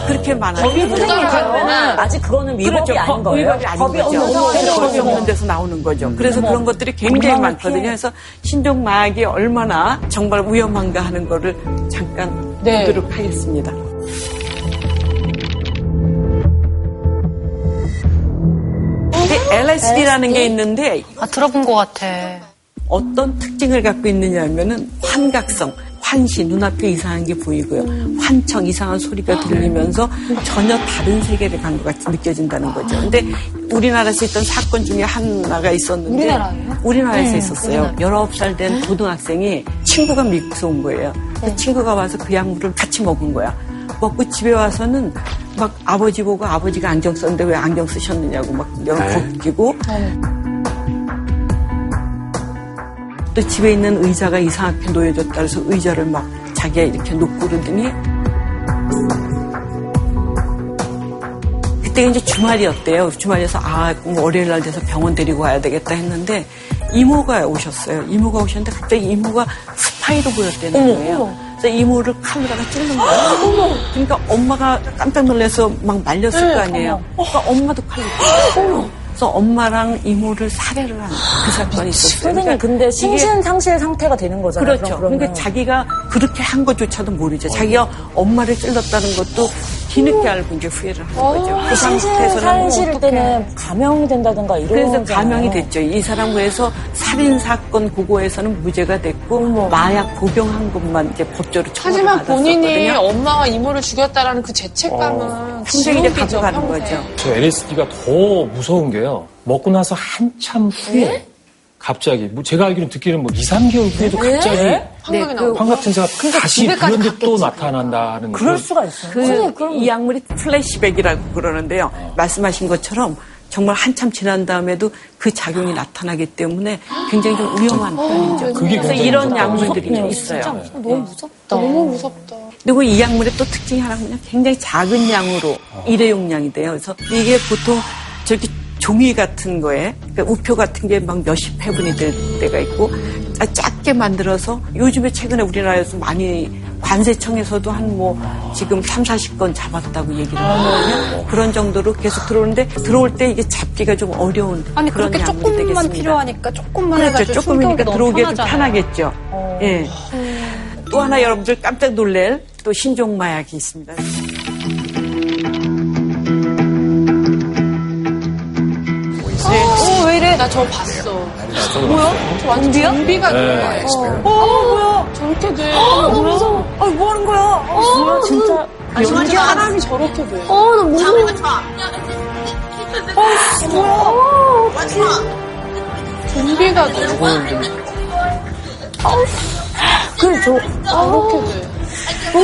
[SPEAKER 11] 그렇게 많아요.
[SPEAKER 4] 법이 선생님 그러면은 아직 그거는 위법이
[SPEAKER 11] 그렇죠.
[SPEAKER 4] 아닌 거예요?
[SPEAKER 11] 위법이 아닌
[SPEAKER 4] 법이
[SPEAKER 11] 거죠.
[SPEAKER 4] 없는 상황에서
[SPEAKER 11] 법이
[SPEAKER 4] 그러면.
[SPEAKER 11] 없는 데서 나오는 거죠. 그래서
[SPEAKER 4] 어머.
[SPEAKER 11] 그런 것들이 굉장히
[SPEAKER 4] 건강을
[SPEAKER 11] 많거든요.
[SPEAKER 4] 피해.
[SPEAKER 11] 그래서 신종 마약이 얼마나 정말 위험한가 하는 거를 잠깐
[SPEAKER 1] 네.
[SPEAKER 11] 보도록 하겠습니다. LSD라는 그 게 있는데 아 들어본 것 같아. 어떤 특징을 갖고 있느냐면은 환각성, 환시 눈앞에 이상한 게 보이고요, 환청 이상한 소리가 들리면서 전혀 다른 세계를 간 것 같이 느껴진다는 거죠. 근데 우리나라에서 있던 사건 중에 하나가 있었는데
[SPEAKER 7] 우리나라예요?
[SPEAKER 11] 우리나라에서
[SPEAKER 7] 네,
[SPEAKER 11] 있었어요.
[SPEAKER 7] 우리나라.
[SPEAKER 11] 19살 된 고등학생이 친구가 미국에서 온 거예요.
[SPEAKER 7] 네.
[SPEAKER 11] 그 친구가 와서 그 약물을 같이 먹은 거야. 먹고 집에 와서는 막 아버지 보고 아버지가 안경 썼는데 왜 안경 쓰셨느냐고 막 여러
[SPEAKER 13] 네.
[SPEAKER 11] 벗기고 또 집에 있는 의자가 이상하게 놓여졌다 그래서 의자를 막 자기가 이렇게 놓고 그러더니 그때 이제 주말이었대요. 주말이어서 아, 그럼 월요일 날 돼서 병원 데리고 가야 되겠다 했는데 이모가 오셨어요. 이모가 오셨는데 갑자기 이모가 스파이로 보였다는
[SPEAKER 13] 어머,
[SPEAKER 11] 거예요. 그래서 이모를 칼로다가 찔른
[SPEAKER 4] 아,
[SPEAKER 11] 거예요. 그러니까 엄마가 깜짝 놀라서 막 말렸을
[SPEAKER 13] 네,
[SPEAKER 11] 거 아니에요. 그러니까 엄마도 칼로
[SPEAKER 4] 아,
[SPEAKER 11] 찔렀어요. 그래서 엄마랑 이모를 살해를 한 그 사건이 있었어요.
[SPEAKER 4] 아,
[SPEAKER 11] 그러니까
[SPEAKER 4] 선생님 근데
[SPEAKER 11] 이게-
[SPEAKER 4] 심신상실 상태가 되는 거잖아요.
[SPEAKER 11] 그렇죠. 그러니까 자기가 그렇게 한 것조차도 모르죠. 자기가 엄마를 찔렀다는 것도 뒤늦게 알고 이제 후회를 한
[SPEAKER 4] 어,
[SPEAKER 11] 거죠. 그 상태에서는
[SPEAKER 4] 심신상실 때는 감형이 된다든가 이런
[SPEAKER 11] 그래서
[SPEAKER 4] 거잖아요.
[SPEAKER 11] 감형이 됐죠. 이 사람 그래서 살인 사건 고고에서는 무죄가 됐고 마약 복용한 것만 이제 법적으로 처벌을
[SPEAKER 1] 하지만 본인이
[SPEAKER 11] 받았었거든요.
[SPEAKER 1] 엄마와 이모를 죽였다라는 그 죄책감은
[SPEAKER 11] 심정이 이제
[SPEAKER 1] 지옥이죠,
[SPEAKER 11] 가져가는
[SPEAKER 1] 평생.
[SPEAKER 11] 거죠.
[SPEAKER 14] 저 LSD가 더 무서운 게요. 먹고 나서 한참 후에 갑자기 뭐 제가 알기로는 듣기로는 뭐 2, 3개월 후에도
[SPEAKER 13] 네?
[SPEAKER 14] 갑자기
[SPEAKER 13] 네? 환각이 나오고.
[SPEAKER 14] 환각 증세가
[SPEAKER 11] 그러니까
[SPEAKER 14] 다시
[SPEAKER 11] 집에까지
[SPEAKER 14] 그런데 또 나타난다는
[SPEAKER 11] 그럴
[SPEAKER 14] 거죠.
[SPEAKER 11] 수가 있어요. 이 약물이 플래시백이라고 그러는데요.
[SPEAKER 13] 어.
[SPEAKER 11] 말씀하신 것처럼 정말 한참 지난 다음에도 그 작용이 나타나기 때문에 굉장히
[SPEAKER 1] 어,
[SPEAKER 11] 좀 위험한 편이죠.
[SPEAKER 13] 어. 그게
[SPEAKER 11] 그래서
[SPEAKER 13] 굉장히
[SPEAKER 11] 이런
[SPEAKER 13] 무섭다.
[SPEAKER 11] 약물들이 좀
[SPEAKER 13] 무섭네요, 진짜.
[SPEAKER 11] 있어요. 예.
[SPEAKER 13] 너무
[SPEAKER 11] 무섭다.
[SPEAKER 1] 너무 무섭다.
[SPEAKER 11] 그리고 이 약물의 또 특징이 하나 그냥 굉장히 작은 양으로 일회용량이 돼요. 그래서 이게 보통 저렇게 종이 같은 거에 그러니까 우표 같은 게 막 몇십 회분이 될 때가 있고 아, 작게 만들어서 요즘에 최근에 우리나라에서 많이 관세청에서도 한 뭐 지금 3, 40건 잡았다고 얘기를 하거든요. 그런 정도로 계속 들어오는데 들어올 때 이게 잡기가 좀 어려운
[SPEAKER 7] 아니
[SPEAKER 11] 그런
[SPEAKER 7] 그렇게
[SPEAKER 11] 약물이
[SPEAKER 7] 조금만
[SPEAKER 11] 되겠습니다.
[SPEAKER 7] 필요하니까 조금만
[SPEAKER 11] 그렇죠.
[SPEAKER 7] 해가지고
[SPEAKER 11] 조금이니까
[SPEAKER 7] 숨겨오기
[SPEAKER 11] 들어오기에
[SPEAKER 7] 너무
[SPEAKER 11] 좀
[SPEAKER 7] 편하잖아요. 어.
[SPEAKER 11] 편하겠죠.
[SPEAKER 7] 네.
[SPEAKER 11] 예. 또 하나 여러분들 깜짝 놀랄 또 신종 마약이 있습니다.
[SPEAKER 1] 어, 왜 이래? 나 저거 봤어. 뭐야? 저 완전 좀비가
[SPEAKER 13] 네.
[SPEAKER 1] 그런 거예요.
[SPEAKER 13] 엑스페리언스.
[SPEAKER 1] 어, 뭐야? 저렇게 돼.
[SPEAKER 13] 어,
[SPEAKER 1] 뭐야?
[SPEAKER 13] 무서워.
[SPEAKER 1] 아, 뭐 하는 거야?
[SPEAKER 13] 어, 뭐야, 진짜.
[SPEAKER 1] 아니, 정말
[SPEAKER 13] 연기가
[SPEAKER 1] 사람이 저렇게 돼.
[SPEAKER 13] 어, 나 무서워.
[SPEAKER 1] 어, 뭐야? 좀비가 돼.
[SPEAKER 13] 그래, 저,
[SPEAKER 7] 아,
[SPEAKER 13] 저렇게 돼. 너무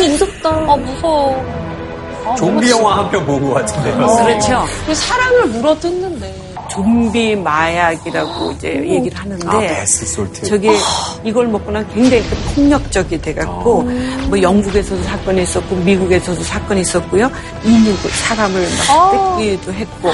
[SPEAKER 13] 무섭다. 아, 무서워.
[SPEAKER 6] 좀비 영화 한 편 본 것 같은데요.
[SPEAKER 11] 그렇죠.
[SPEAKER 1] 그 사람을 물어뜯는데.
[SPEAKER 11] 좀비 마약이라고 이제 얘기를 하는데
[SPEAKER 6] 아, 베스솔트.
[SPEAKER 11] 네.
[SPEAKER 6] 아.
[SPEAKER 11] 저게 이걸 먹고 난 굉장히 그 폭력적이 돼갖고
[SPEAKER 1] 어.
[SPEAKER 11] 뭐 영국에서도 사건이 있었고 미국에서도 사건이 있었고요 인육 사람을
[SPEAKER 1] 어.
[SPEAKER 11] 막 뜯기도 했고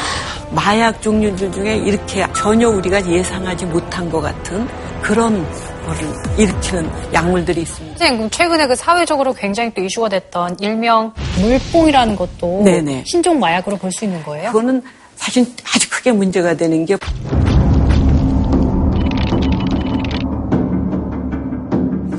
[SPEAKER 11] 마약 종류들 중에 이렇게 전혀 우리가 예상하지 못한 것 같은 그런 거를 일으키는 약물들이 있습니다.
[SPEAKER 7] 선생님, 그럼 최근에 그 사회적으로 굉장히 또 이슈가 됐던 일명 물뽕이라는 것도
[SPEAKER 11] 네네.
[SPEAKER 7] 신종 마약으로 볼 수 있는 거예요?
[SPEAKER 11] 그거는 사실 아주 크게 문제가 되는 게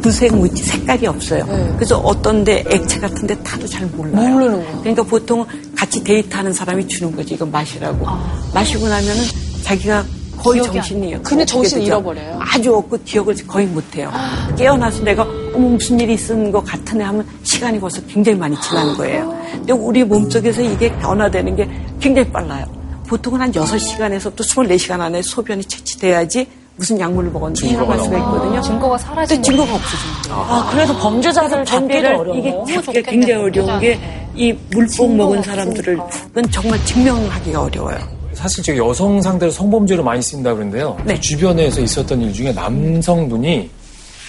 [SPEAKER 11] 무색 무지
[SPEAKER 1] 네.
[SPEAKER 11] 색깔이 없어요. 그래서 어떤데 액체 같은데 타도 잘 몰라요. 모르는 거. 그러니까 보통 같이 데이트하는 사람이 주는 거지. 이거 마시라고. 마시고 나면은 자기가 거의
[SPEAKER 1] 아. 기억이 안-
[SPEAKER 11] 정신이 없고
[SPEAKER 1] 근데
[SPEAKER 11] 어떻게
[SPEAKER 1] 정신
[SPEAKER 11] 되죠?
[SPEAKER 1] 잃어버려요.
[SPEAKER 11] 아주 없고 기억을 거의 못해요. 깨어나서 내가 어머 무슨 일이 있은 것 같으네 하면 시간이 벌써 굉장히 많이 지난 거예요. 근데 우리 몸속에서 이게 변화되는 게 굉장히 빨라요. 보통은 한 6시간에서부터 24시간 안에 소변이 채취돼야지 무슨 약물을 먹었는지
[SPEAKER 7] 증거가
[SPEAKER 11] 확인할 수가
[SPEAKER 7] 나오고.
[SPEAKER 11] 있거든요.
[SPEAKER 7] 아, 증거가 사라지는
[SPEAKER 11] 근데 증거가 없어지는 거예요.
[SPEAKER 4] 아, 그래서 범죄자들 잡기도 어려워요.
[SPEAKER 11] 이게
[SPEAKER 4] 너무
[SPEAKER 11] 잡기가 굉장히 어려운
[SPEAKER 4] 범죄자한테.
[SPEAKER 11] 게 이 물복 먹은 사람들은 정말 증명하기가 어려워요.
[SPEAKER 14] 사실 지금 여성 상대로 성범죄로 많이 쓰인다 그러는데요.
[SPEAKER 11] 네.
[SPEAKER 14] 주변에서 있었던 일 중에 남성분이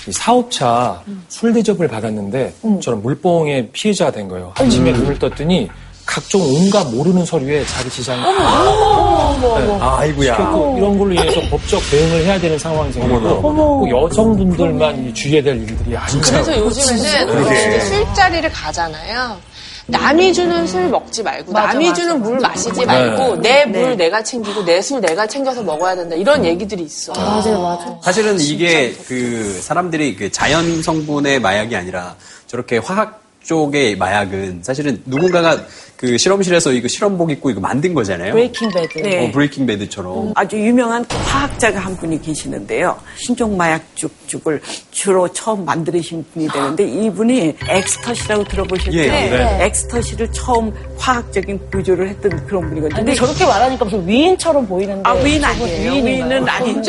[SPEAKER 14] 이 사업차 술 대접을 받았는데
[SPEAKER 11] 음.
[SPEAKER 14] 저런 물뽕의 피해자가 된 거예요. 아침에 눈을 떴더니 각종 온갖 모르는 서류에 자기 지장이 네, 아이고야. 시켰고 이런 걸로 인해서 법적 대응을 해야 되는 상황이 생기고 꼭 여성분들만 이 주의해야 될 일들이 아니죠.
[SPEAKER 1] 그래서 요즘에는
[SPEAKER 14] 그러게.
[SPEAKER 8] 네.
[SPEAKER 1] 이제 네. 술자리를 가잖아요. 남이 주는 술 먹지 말고,
[SPEAKER 2] 맞아,
[SPEAKER 1] 남이
[SPEAKER 2] 맞아.
[SPEAKER 1] 주는 물 마시지
[SPEAKER 2] 네.
[SPEAKER 1] 말고, 내 물
[SPEAKER 2] 네.
[SPEAKER 1] 내가 챙기고, 내 술 내가 챙겨서 먹어야 된다. 이런 얘기들이 있어.
[SPEAKER 5] 맞아요, 맞아요.
[SPEAKER 11] 어,
[SPEAKER 6] 사실은 이게 그 사람들이 그 자연 성분의 마약이 아니라 저렇게 화학 쪽의 마약은 사실은 누군가가 그 실험실에서 이거 실험복 입고 이거 만든 거잖아요.
[SPEAKER 11] 브레이킹 배드. 네. 음,
[SPEAKER 6] 어, 브레이킹 배드처럼.
[SPEAKER 11] 아주 유명한 화학자가 한 분이 계시는데요. 신종 마약죽죽을 주로 처음 만드신 분이 되는데 이분이 엑스터시라고 들어보셨죠?
[SPEAKER 4] 예, 예. 네.
[SPEAKER 11] 엑스터시를 처음 화학적인 구조를 했던 그런 분이거든요.
[SPEAKER 4] 근데 저렇게 말하니까 무슨 위인처럼 보이는데.
[SPEAKER 11] 아, 위인
[SPEAKER 4] 저분
[SPEAKER 11] 아니에요.
[SPEAKER 4] 위인인가요? 어,
[SPEAKER 11] 위인은 아닌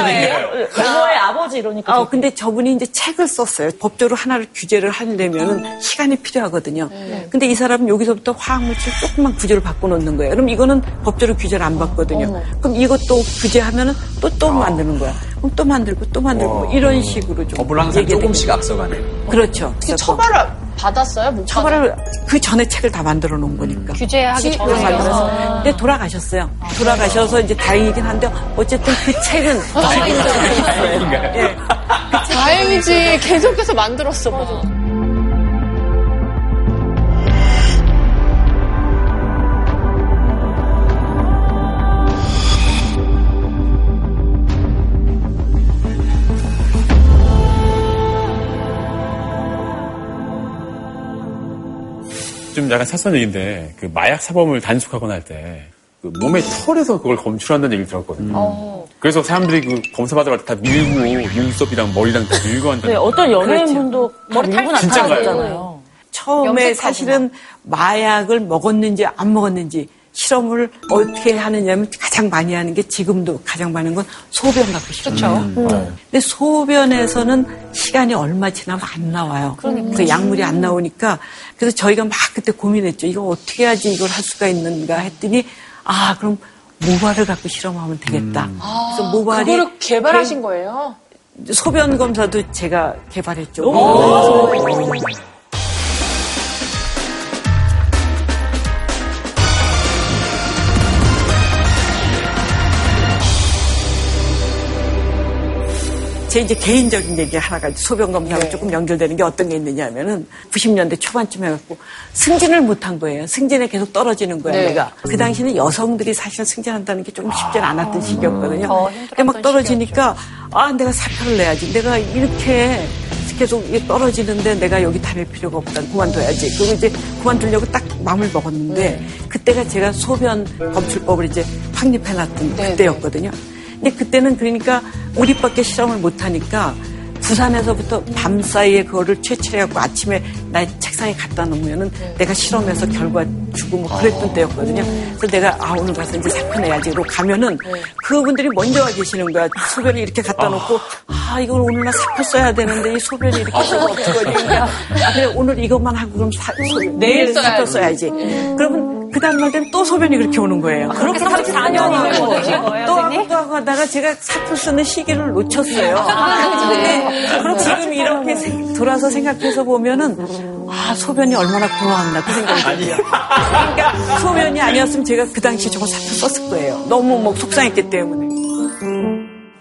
[SPEAKER 4] 외모의 아버지 이러니까.
[SPEAKER 11] 아, 근데 저분이 이제 책을 썼어요. 법적으로 하나를 규제를 하려면은 시간이 필요하거든요.
[SPEAKER 4] 네.
[SPEAKER 11] 근데 이 사람은 여기서부터 화학물질 조금만 규제를 바꿔놓는 거예요. 그럼 이거는 법적으로 규제를 안 받거든요.
[SPEAKER 4] 어머.
[SPEAKER 11] 그럼 이것도 규제하면은 또 또
[SPEAKER 6] 아.
[SPEAKER 11] 만드는 거야. 그럼 또 만들고 또 만들고 뭐 이런 식으로 좀.
[SPEAKER 6] 법을 항상
[SPEAKER 11] 얘기가
[SPEAKER 6] 조금씩 앞서가네요.
[SPEAKER 11] 되고. 그렇죠.
[SPEAKER 1] 특히 처벌을 받았어요? 음. 못
[SPEAKER 11] 처벌을 그 전에 책을 다 만들어 놓은 거니까.
[SPEAKER 7] 규제하기
[SPEAKER 11] 시-
[SPEAKER 7] 전에.
[SPEAKER 11] 만들어서.
[SPEAKER 7] 아.
[SPEAKER 11] 근데 돌아가셨어요. 돌아가셔서 이제 다행이긴 한데 어쨌든 그 책은
[SPEAKER 1] 아, 다행이죠.
[SPEAKER 11] 다행인가요? 예.
[SPEAKER 1] 다행이지. 계속해서 만들었어. 뭐.
[SPEAKER 15] 좀 약간 사소한 얘기인데 그 마약 사범을 단속하거나 할 때 그 몸의 털에서 그걸 검출한다는 얘기를 들었거든요.
[SPEAKER 1] 음.
[SPEAKER 15] 그래서 사람들이 그 검사 받으러 갈 때 다 밀고 눈썹이랑 머리랑 다 밀고
[SPEAKER 4] 네,
[SPEAKER 15] 한다는
[SPEAKER 4] 어떤 연예인분도
[SPEAKER 11] 머리 탈-
[SPEAKER 4] 탈
[SPEAKER 15] 진짜가요?
[SPEAKER 4] 나타났잖아요.
[SPEAKER 11] 그렇죠. 처음에
[SPEAKER 4] 염색하구나.
[SPEAKER 11] 사실은 마약을 먹었는지 안 먹었는지 실험을 어떻게 하느냐면 가장 많이 하는 게 지금도 가장 많은 건 소변 갖고 실험.
[SPEAKER 4] 그렇죠.
[SPEAKER 7] 그쵸. 음.
[SPEAKER 11] 근데 소변에서는 시간이 얼마 지나면 안 나와요.
[SPEAKER 7] 그러니까.
[SPEAKER 11] 래서 약물이 안 나오니까 그래서 저희가 막 그때 고민했죠. 이거 어떻게 해야지 이걸 할 수가 있는가 했더니 아 그럼 모발을 갖고 실험하면 되겠다.
[SPEAKER 4] 음.
[SPEAKER 11] 음. 아, 그래서
[SPEAKER 4] 아,
[SPEAKER 11] 모발이
[SPEAKER 1] 그거를 개발하신 거예요?
[SPEAKER 11] 소변 검사도 제가 개발했죠. 제 이제 개인적인 얘기 하나가 이제 소변 검사하고 조금 연결되는 게 어떤 게 있느냐면은 90년대 초반쯤 해갖고 승진을 못한 거예요. 승진에 계속 떨어지는 거야
[SPEAKER 4] 네.
[SPEAKER 11] 내가. 그 당시는 여성들이 사실 승진한다는 게 조금 쉽지 않았던 시기였거든요.
[SPEAKER 4] 아. 더
[SPEAKER 11] 근데 막 떨어지니까 아 내가 사표를 내야지. 내가 이렇게 계속 이게 떨어지는데 내가 여기 다닐 필요가 없다. 그만둬야지. 그리고 이제 그만두려고 딱 마음을 먹었는데
[SPEAKER 4] 네.
[SPEAKER 11] 그때가 제가 소변 검출법을 이제 확립해놨던
[SPEAKER 4] 네.
[SPEAKER 11] 그때였거든요. 근데 그때는 그러니까 우리밖에 실험을 못하니까 부산에서부터 밤 사이에 그거를 채취해갖고 아침에 나 책상에 갖다 놓으면은 내가 실험해서 결과 주고 뭐 그랬던 때였거든요. 그래서 내가 아 오늘 가서 이제 사표 내야지로 가면은 그분들이 먼저 와 계시는 거야. 소변을 이렇게 갖다 놓고 아 이걸 오늘 나 사표 써야 되는데 이 소변이 이렇게 써서
[SPEAKER 1] 아.
[SPEAKER 11] 없거든요. 아, 그래 오늘 이것만 하고 그럼 사, 소- 내일 사표 써야지. 그러면 그 다음날 되면 또 소변이 그렇게 오는 거예요.
[SPEAKER 4] 그렇게
[SPEAKER 11] 아, 그렇게
[SPEAKER 4] 34 년이면
[SPEAKER 11] 또
[SPEAKER 4] 어떻게 거예요,
[SPEAKER 11] 또
[SPEAKER 4] 선생님?
[SPEAKER 11] 하고 또 하고 하다가 제가 사표 쓰는 시기를 놓쳤어요.
[SPEAKER 4] 아,
[SPEAKER 11] 근데
[SPEAKER 4] 네.
[SPEAKER 11] 그럼 지금 이렇게 생- 돌아서 생각해서 보면은 아 소변이 얼마나 고마웠나 그 생각이 들어요. 그러니까 소변이 아니었으면 제가 그 당시 저거 사표 썼을 거예요. 너무 뭐 속상했기 때문에.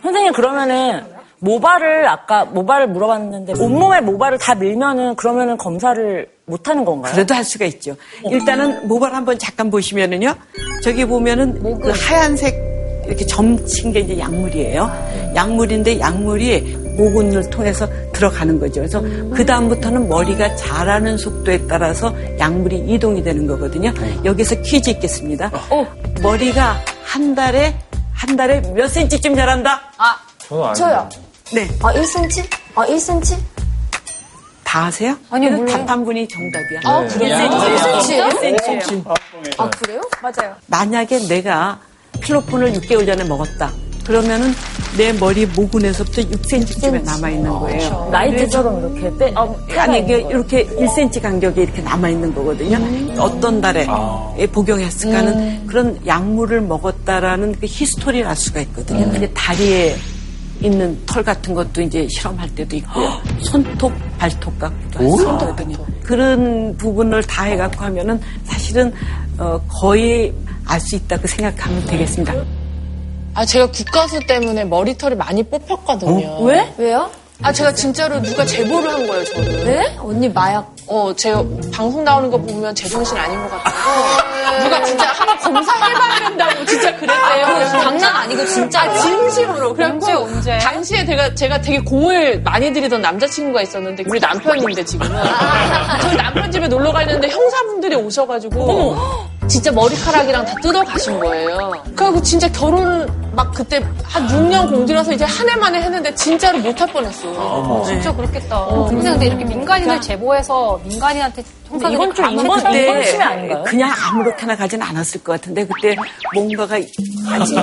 [SPEAKER 4] 선생님 그러면은 모발을 아까 모발을 물어봤는데
[SPEAKER 11] 음.
[SPEAKER 4] 온몸에 모발을 다 밀면은 그러면은 검사를 못 하는 건가요? 네.
[SPEAKER 11] 그래도 할 수가 있죠. 일단은 모발 한번 잠깐 보시면은요. 저기 보면은
[SPEAKER 4] 네.
[SPEAKER 11] 그 하얀색 이렇게 점친 게 이제 약물이에요. 약물인데 약물이 모근을 통해서 들어가는 거죠. 그래서 그 다음부터는 머리가 자라는 속도에 따라서 약물이 이동이 되는 거거든요.
[SPEAKER 4] 네.
[SPEAKER 11] 여기서 퀴즈 있겠습니다.
[SPEAKER 4] 어.
[SPEAKER 11] 머리가 한 달에 한 달에 몇 센치쯤 자란다?
[SPEAKER 16] 아,
[SPEAKER 17] 저는
[SPEAKER 11] 아니에요.
[SPEAKER 16] 저요.
[SPEAKER 11] 네.
[SPEAKER 16] 아, 1cm? 아, 1cm?
[SPEAKER 11] 다 아세요? 어,
[SPEAKER 16] 아니요,
[SPEAKER 11] 이건
[SPEAKER 16] 몰라요.
[SPEAKER 11] 단한 분이 네. 정답이야.
[SPEAKER 18] 네.
[SPEAKER 11] 어,
[SPEAKER 16] 아, 그래요?
[SPEAKER 11] 센치예요.
[SPEAKER 16] 1cm 예요?
[SPEAKER 11] 센치예요.
[SPEAKER 16] 아, 그래요? 맞아요.
[SPEAKER 11] 만약에 내가 필로폰을 6개월 전에 먹었다. 그러면은 내 머리 모근에서부터 6cm쯤에 남아 있는 거예요.
[SPEAKER 18] 어, 그렇죠. 나이트처럼 이렇게 떼, 아,
[SPEAKER 11] 그래서- 아니 이게 이렇게 1cm 간격이 이렇게 남아 있는 거거든요.
[SPEAKER 18] 음.
[SPEAKER 11] 어떤 달에 복용했을까는
[SPEAKER 18] 네.
[SPEAKER 11] 그런 약물을 먹었다라는 그 히스토리를 알 수가 있거든요.
[SPEAKER 18] 네.
[SPEAKER 11] 근데 다리에 있는 털 같은 것도 이제 실험할 때도 있고 요 손톱, 발톱 같기도
[SPEAKER 16] 오.
[SPEAKER 11] 할수 있거든요. 그런 부분을 다 해갖고 하면은 사실은 어, 거의 알 수 있다고 생각하면 되겠습니다.
[SPEAKER 1] 아, 제가 국가수 때문에 머리털이 많이 뽑혔거든요.
[SPEAKER 19] 왜?
[SPEAKER 1] 어? 왜요? 아, 제가 진짜로 누가 제보를 한 거예요, 저를. 왜? 언니 마약. 어, 제가 방송 나오는 거 보면 제정신 아닌 것 같다고. 누가 진짜 하나 검사해봐야 된다고 진짜 그랬대요.
[SPEAKER 19] 아,
[SPEAKER 1] 그래서
[SPEAKER 19] 장난 아니고 진짜로?
[SPEAKER 1] 아, 진심으로.
[SPEAKER 19] 언제,
[SPEAKER 1] 그래갖고
[SPEAKER 19] 언제?
[SPEAKER 1] 당시에 제가, 제가 되게 공을 많이 들이던 남자친구가 있었는데, 우리 남편인데 지금은. 저희 남편 집에 놀러 갔는데 형사분들이 오셔가지고. 진짜 머리카락이랑 다 뜯어 가신 거예요. 그래갖고 진짜 결혼을 막 그때 한 6년 공들여서 이제 한 해 만에 했는데 진짜로 못 할 뻔했어.
[SPEAKER 19] 아, 어머.
[SPEAKER 9] 아, 진짜 그렇겠다.
[SPEAKER 1] 어,
[SPEAKER 9] 근데 근데 이렇게 민간인을 제보해서 민간인한테 형사들이 감시-
[SPEAKER 11] 그냥 아무렇게나 가진 않았을 것 같은데 그때 뭔가가 아니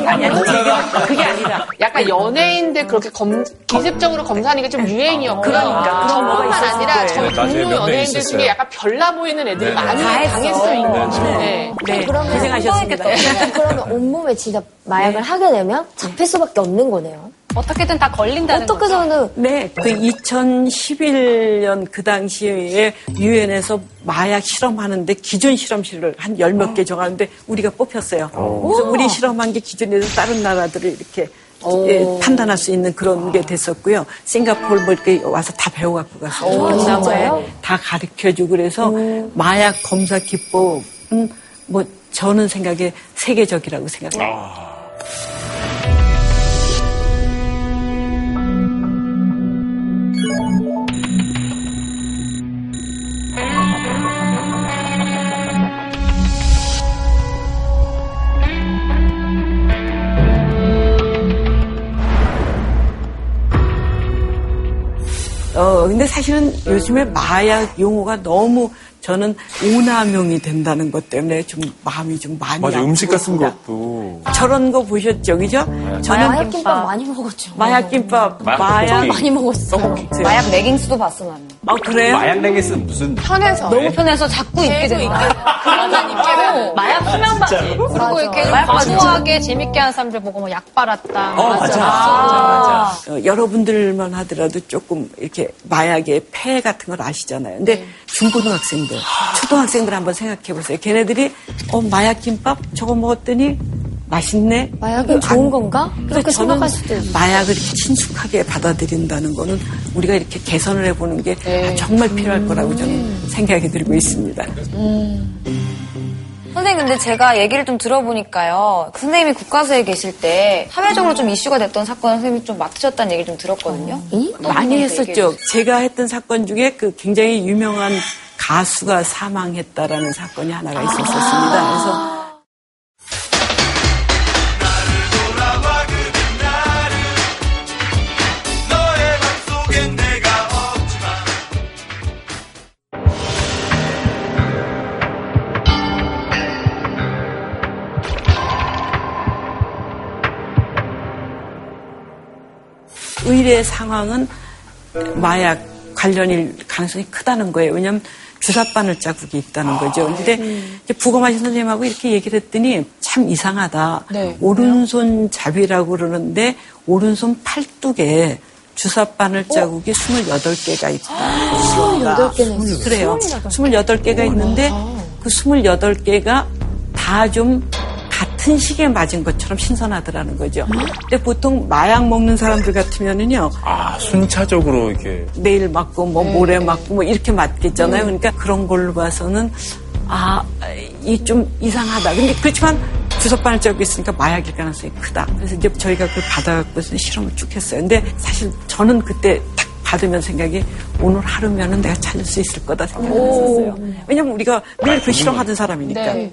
[SPEAKER 11] 아니 아니
[SPEAKER 1] 뭔가가-
[SPEAKER 11] 그게 아니라
[SPEAKER 1] 약간 연예인들 그렇게 검, 기습적으로 검사하는 게 좀 유행이었고.
[SPEAKER 19] 그러니까. 그런 뭐가
[SPEAKER 1] 저뿐만
[SPEAKER 19] 있었을
[SPEAKER 1] 아니라
[SPEAKER 19] 거예요.
[SPEAKER 1] 저희
[SPEAKER 19] 네, 나중에
[SPEAKER 1] 동료
[SPEAKER 19] 몇명
[SPEAKER 1] 연예인들
[SPEAKER 19] 있었어요.
[SPEAKER 1] 중에 약간 별나 보이는 애들이
[SPEAKER 19] 네, 네.
[SPEAKER 1] 많이 당했어요.
[SPEAKER 19] 네.
[SPEAKER 1] 네.
[SPEAKER 11] 네.
[SPEAKER 7] 그러면
[SPEAKER 11] 고생하셨습니다. 네.
[SPEAKER 7] 그러면- 그러면 온몸에 진짜 마약을 하게 되면 잡힐 수밖에 없는 거네요.
[SPEAKER 9] 어떻게든 다 걸린다는
[SPEAKER 7] 어떻게
[SPEAKER 9] 거죠.
[SPEAKER 7] 저는
[SPEAKER 11] 네, 그 2011년 그 당시에 유엔에서 마약 실험하는데 기준 실험실을 한 열 몇 개 정하는데 우리가 뽑혔어요. 그래서 우리 실험한 게 기준에서 다른 나라들을 이렇게 예, 판단할 수 있는 그런 게 됐었고요. 싱가포르 뭐 이렇게 와서 다 배워갖고 갔어요.
[SPEAKER 7] 오, 진짜요?
[SPEAKER 11] 다 가르쳐주고 그래서 마약 검사 기법은 뭐 저는 생각에 세계적이라고 생각해요. 어, 근데 사실은 요즘에 마약 용어가 너무 저는 오남용이 된다는 것 때문에 좀 마음이 좀 많이
[SPEAKER 15] 맞아,
[SPEAKER 11] 아프고
[SPEAKER 15] 음식 같은
[SPEAKER 11] 있습니다.
[SPEAKER 15] 것도.
[SPEAKER 11] 저런 거 보셨죠, 그죠?
[SPEAKER 7] 네. 마약 김밥 많이 먹었죠.
[SPEAKER 11] 마약 김밥,
[SPEAKER 6] 마약
[SPEAKER 11] 마약
[SPEAKER 6] 떡볶이. 많이
[SPEAKER 7] 먹었어요.
[SPEAKER 9] 마약 레깅스도 봤어 나는.
[SPEAKER 11] 아 그래요?
[SPEAKER 6] 마약 레깅스 무슨
[SPEAKER 9] 편해서 너무 편해서 자꾸 입게 되는 거야. 그러면 입게 되고 마약 수면 바지 그리고 이렇게 좀
[SPEAKER 7] 마약 바지.
[SPEAKER 9] 과도하게 재밌게 하는 사람들 보고 뭐 약 빨았다.
[SPEAKER 11] 어, 맞아, 맞아,
[SPEAKER 9] 맞아.
[SPEAKER 11] 어, 여러분들만 하더라도 조금 이렇게 마약의 폐 같은 걸 아시잖아요. 근데
[SPEAKER 7] 네.
[SPEAKER 11] 중고등학생들, 초등학생들 한번 생각해 보세요. 걔네들이 어 마약 김밥 저거 먹었더니 맛있네.
[SPEAKER 7] 마약은 좋은 건가? 그렇게 생각할 수도 있죠.
[SPEAKER 11] 마약을 이렇게 친숙하게 받아들인다는 거는 우리가 이렇게 개선을 해보는 게
[SPEAKER 7] 네.
[SPEAKER 11] 아, 정말
[SPEAKER 7] 음.
[SPEAKER 11] 필요할 거라고 저는 생각이 들고 있습니다.
[SPEAKER 9] 음. 선생님 근데 제가 얘기를 좀 들어보니까요. 선생님이 국가수에 계실 때 사회적으로 좀 이슈가 됐던 사건 선생님이 좀 맡으셨다는 얘기를 좀 들었거든요.
[SPEAKER 11] 어? 많이 했었죠. 음. 제가 했던 사건 중에 그 굉장히 유명한 가수가 사망했다라는 사건이 하나가 있었었습니다.
[SPEAKER 7] 아.
[SPEAKER 11] 그래서 의뢰 상황은 마약 관련일 가능성이 크다는 거예요. 왜냐하면 주사바늘 자국이 있다는
[SPEAKER 7] 아.
[SPEAKER 11] 거죠. 근데
[SPEAKER 7] 음.
[SPEAKER 11] 이제 부검하신 선생님하고 이렇게 얘기를 했더니 참 이상하다.
[SPEAKER 16] 네.
[SPEAKER 11] 오른손 잡이라고 그러는데 오른손 팔뚝에 주사바늘 자국이 28개가 있다.
[SPEAKER 7] 28개는
[SPEAKER 11] 네. 그래요. 28개가 있는데 그 28개가 다 좀 같은 시기에 맞은 것처럼 신선하더라는 거죠. 근데 보통 마약 먹는 사람들 같으면은요.
[SPEAKER 15] 아, 순차적으로 이렇게.
[SPEAKER 11] 내일 맞고 뭐 모레 맞고 뭐 이렇게 맞겠잖아요. 그러니까 그런 걸로 봐서는 아 이 좀 이상하다. 근데 그렇지만 주석바늘 자국 있으니까 마약일 가능성이 크다. 그래서 이제 저희가 그걸 받아갖고서 실험을 쭉 했어요. 근데 사실 저는 그때 딱 받으면 생각이 오늘 하루면은 내가 찾을 수 있을 거다 생각을 했었어요. 왜냐면 우리가 늘 그
[SPEAKER 19] 음.
[SPEAKER 11] 실험하던 사람이니까.
[SPEAKER 13] 네.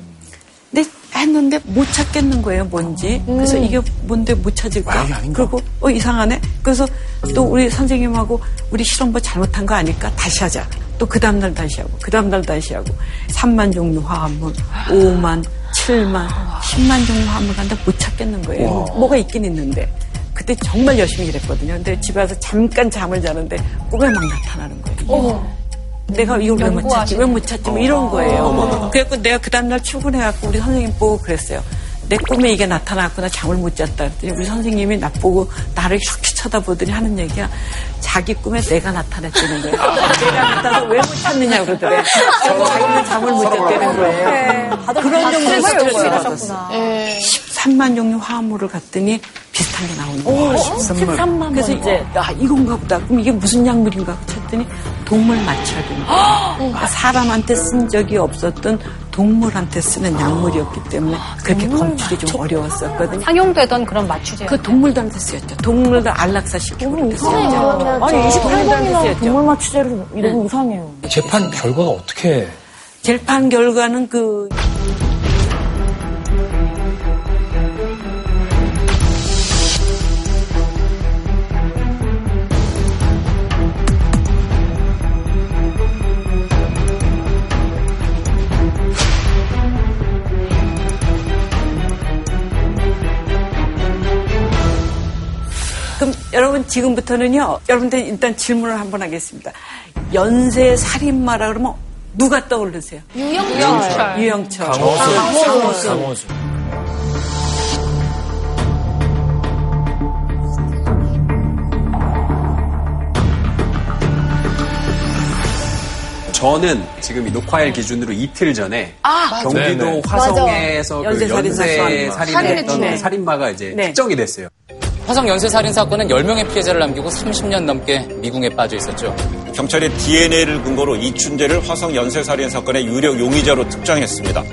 [SPEAKER 11] 근데 했는데 못 찾겠는 거예요, 뭔지. 그래서 이게 뭔데 못 찾을까? 그리고 어 이상하네. 그래서 또 우리 선생님하고 우리 실험부 잘못한 거 아닐까? 다시 하자. 또 그 다음 날 다시 하고, 그 다음 날 다시 하고, 3만 종류 화합물, 5만, 7만, 10만 종류 화합물 간다 못 찾겠는 거예요.
[SPEAKER 13] 와.
[SPEAKER 11] 뭐가 있긴 있는데. 그때 정말 열심히 일했거든요. 근데 집에 와서 잠깐 잠을 자는데 꿈에 막 나타나는 거예요. 어. 내가 이걸 왜 못 찾지? 왜 못 찾지? 뭐 이런 거예요. 그래갖고 내가 그 다음날 출근해갖고 우리 선생님 보고 그랬어요. 내 꿈에 이게 나타났구나, 잠을 못 잤다. 그랬더니 우리 선생님이 나 보고 나를 이렇게 쳐다보더니 하는 얘기야. 자기 꿈에 내가 나타났다는 거예요. 내가 나타나서 왜 못 찾느냐고 그러더래. 그래서 자기는 잠을 못 잤다는 거예요. 그런 정도로 스트레스를 받았어. 13만 종류 화합물을 갔더니 비슷한 게 나오는 거예요.
[SPEAKER 13] 오, 13만. 13만 번.
[SPEAKER 11] 그래서 이제 아 이건가 보다. 그럼 이게 무슨 약물인가 하고 찾더니 동물 마취약인 거예요. 아, 사람한테 쓴 적이 없었던 동물한테 쓰는 약물이었기 때문에 그렇게 검출이 좀 어려웠었거든요.
[SPEAKER 7] 상용되던 그런 마취제.
[SPEAKER 11] 그 동물들한테 쓰였죠. 동물들 안락사 시키고 그렇게 쓰였죠.
[SPEAKER 4] 아니, 28번이나
[SPEAKER 11] 쓰였죠.
[SPEAKER 4] 동물만 취재를 이러면 이상해요.
[SPEAKER 14] 재판 결과가 어떻게
[SPEAKER 11] 재판 결과는 그 그럼 여러분 지금부터는요. 여러분들 일단 질문을 한번 하겠습니다. 연쇄 살인마라 그러면 누가 떠오르세요?
[SPEAKER 13] 유영철.
[SPEAKER 11] 유영철.
[SPEAKER 13] 강호수.
[SPEAKER 11] 강호수.
[SPEAKER 13] 강호수.
[SPEAKER 6] 저는 지금 이 녹화일 기준으로 이틀 전에
[SPEAKER 11] 아,
[SPEAKER 6] 경기도
[SPEAKER 11] 네네.
[SPEAKER 6] 화성에서
[SPEAKER 11] 맞아.
[SPEAKER 6] 그 연쇄
[SPEAKER 11] 연쇄살인 사건. 네.
[SPEAKER 6] 살인했던
[SPEAKER 11] 살인했죠.
[SPEAKER 6] 그 살인마가 이제 특정이 됐어요.
[SPEAKER 20] 화성 연쇄살인 사건은 10명의 피해자를 남기고 30년 넘게 미궁에 빠져 있었죠.
[SPEAKER 12] 경찰이 DNA를 근거로 이춘재를 화성 연쇄살인 사건의 유력 용의자로 특정했습니다.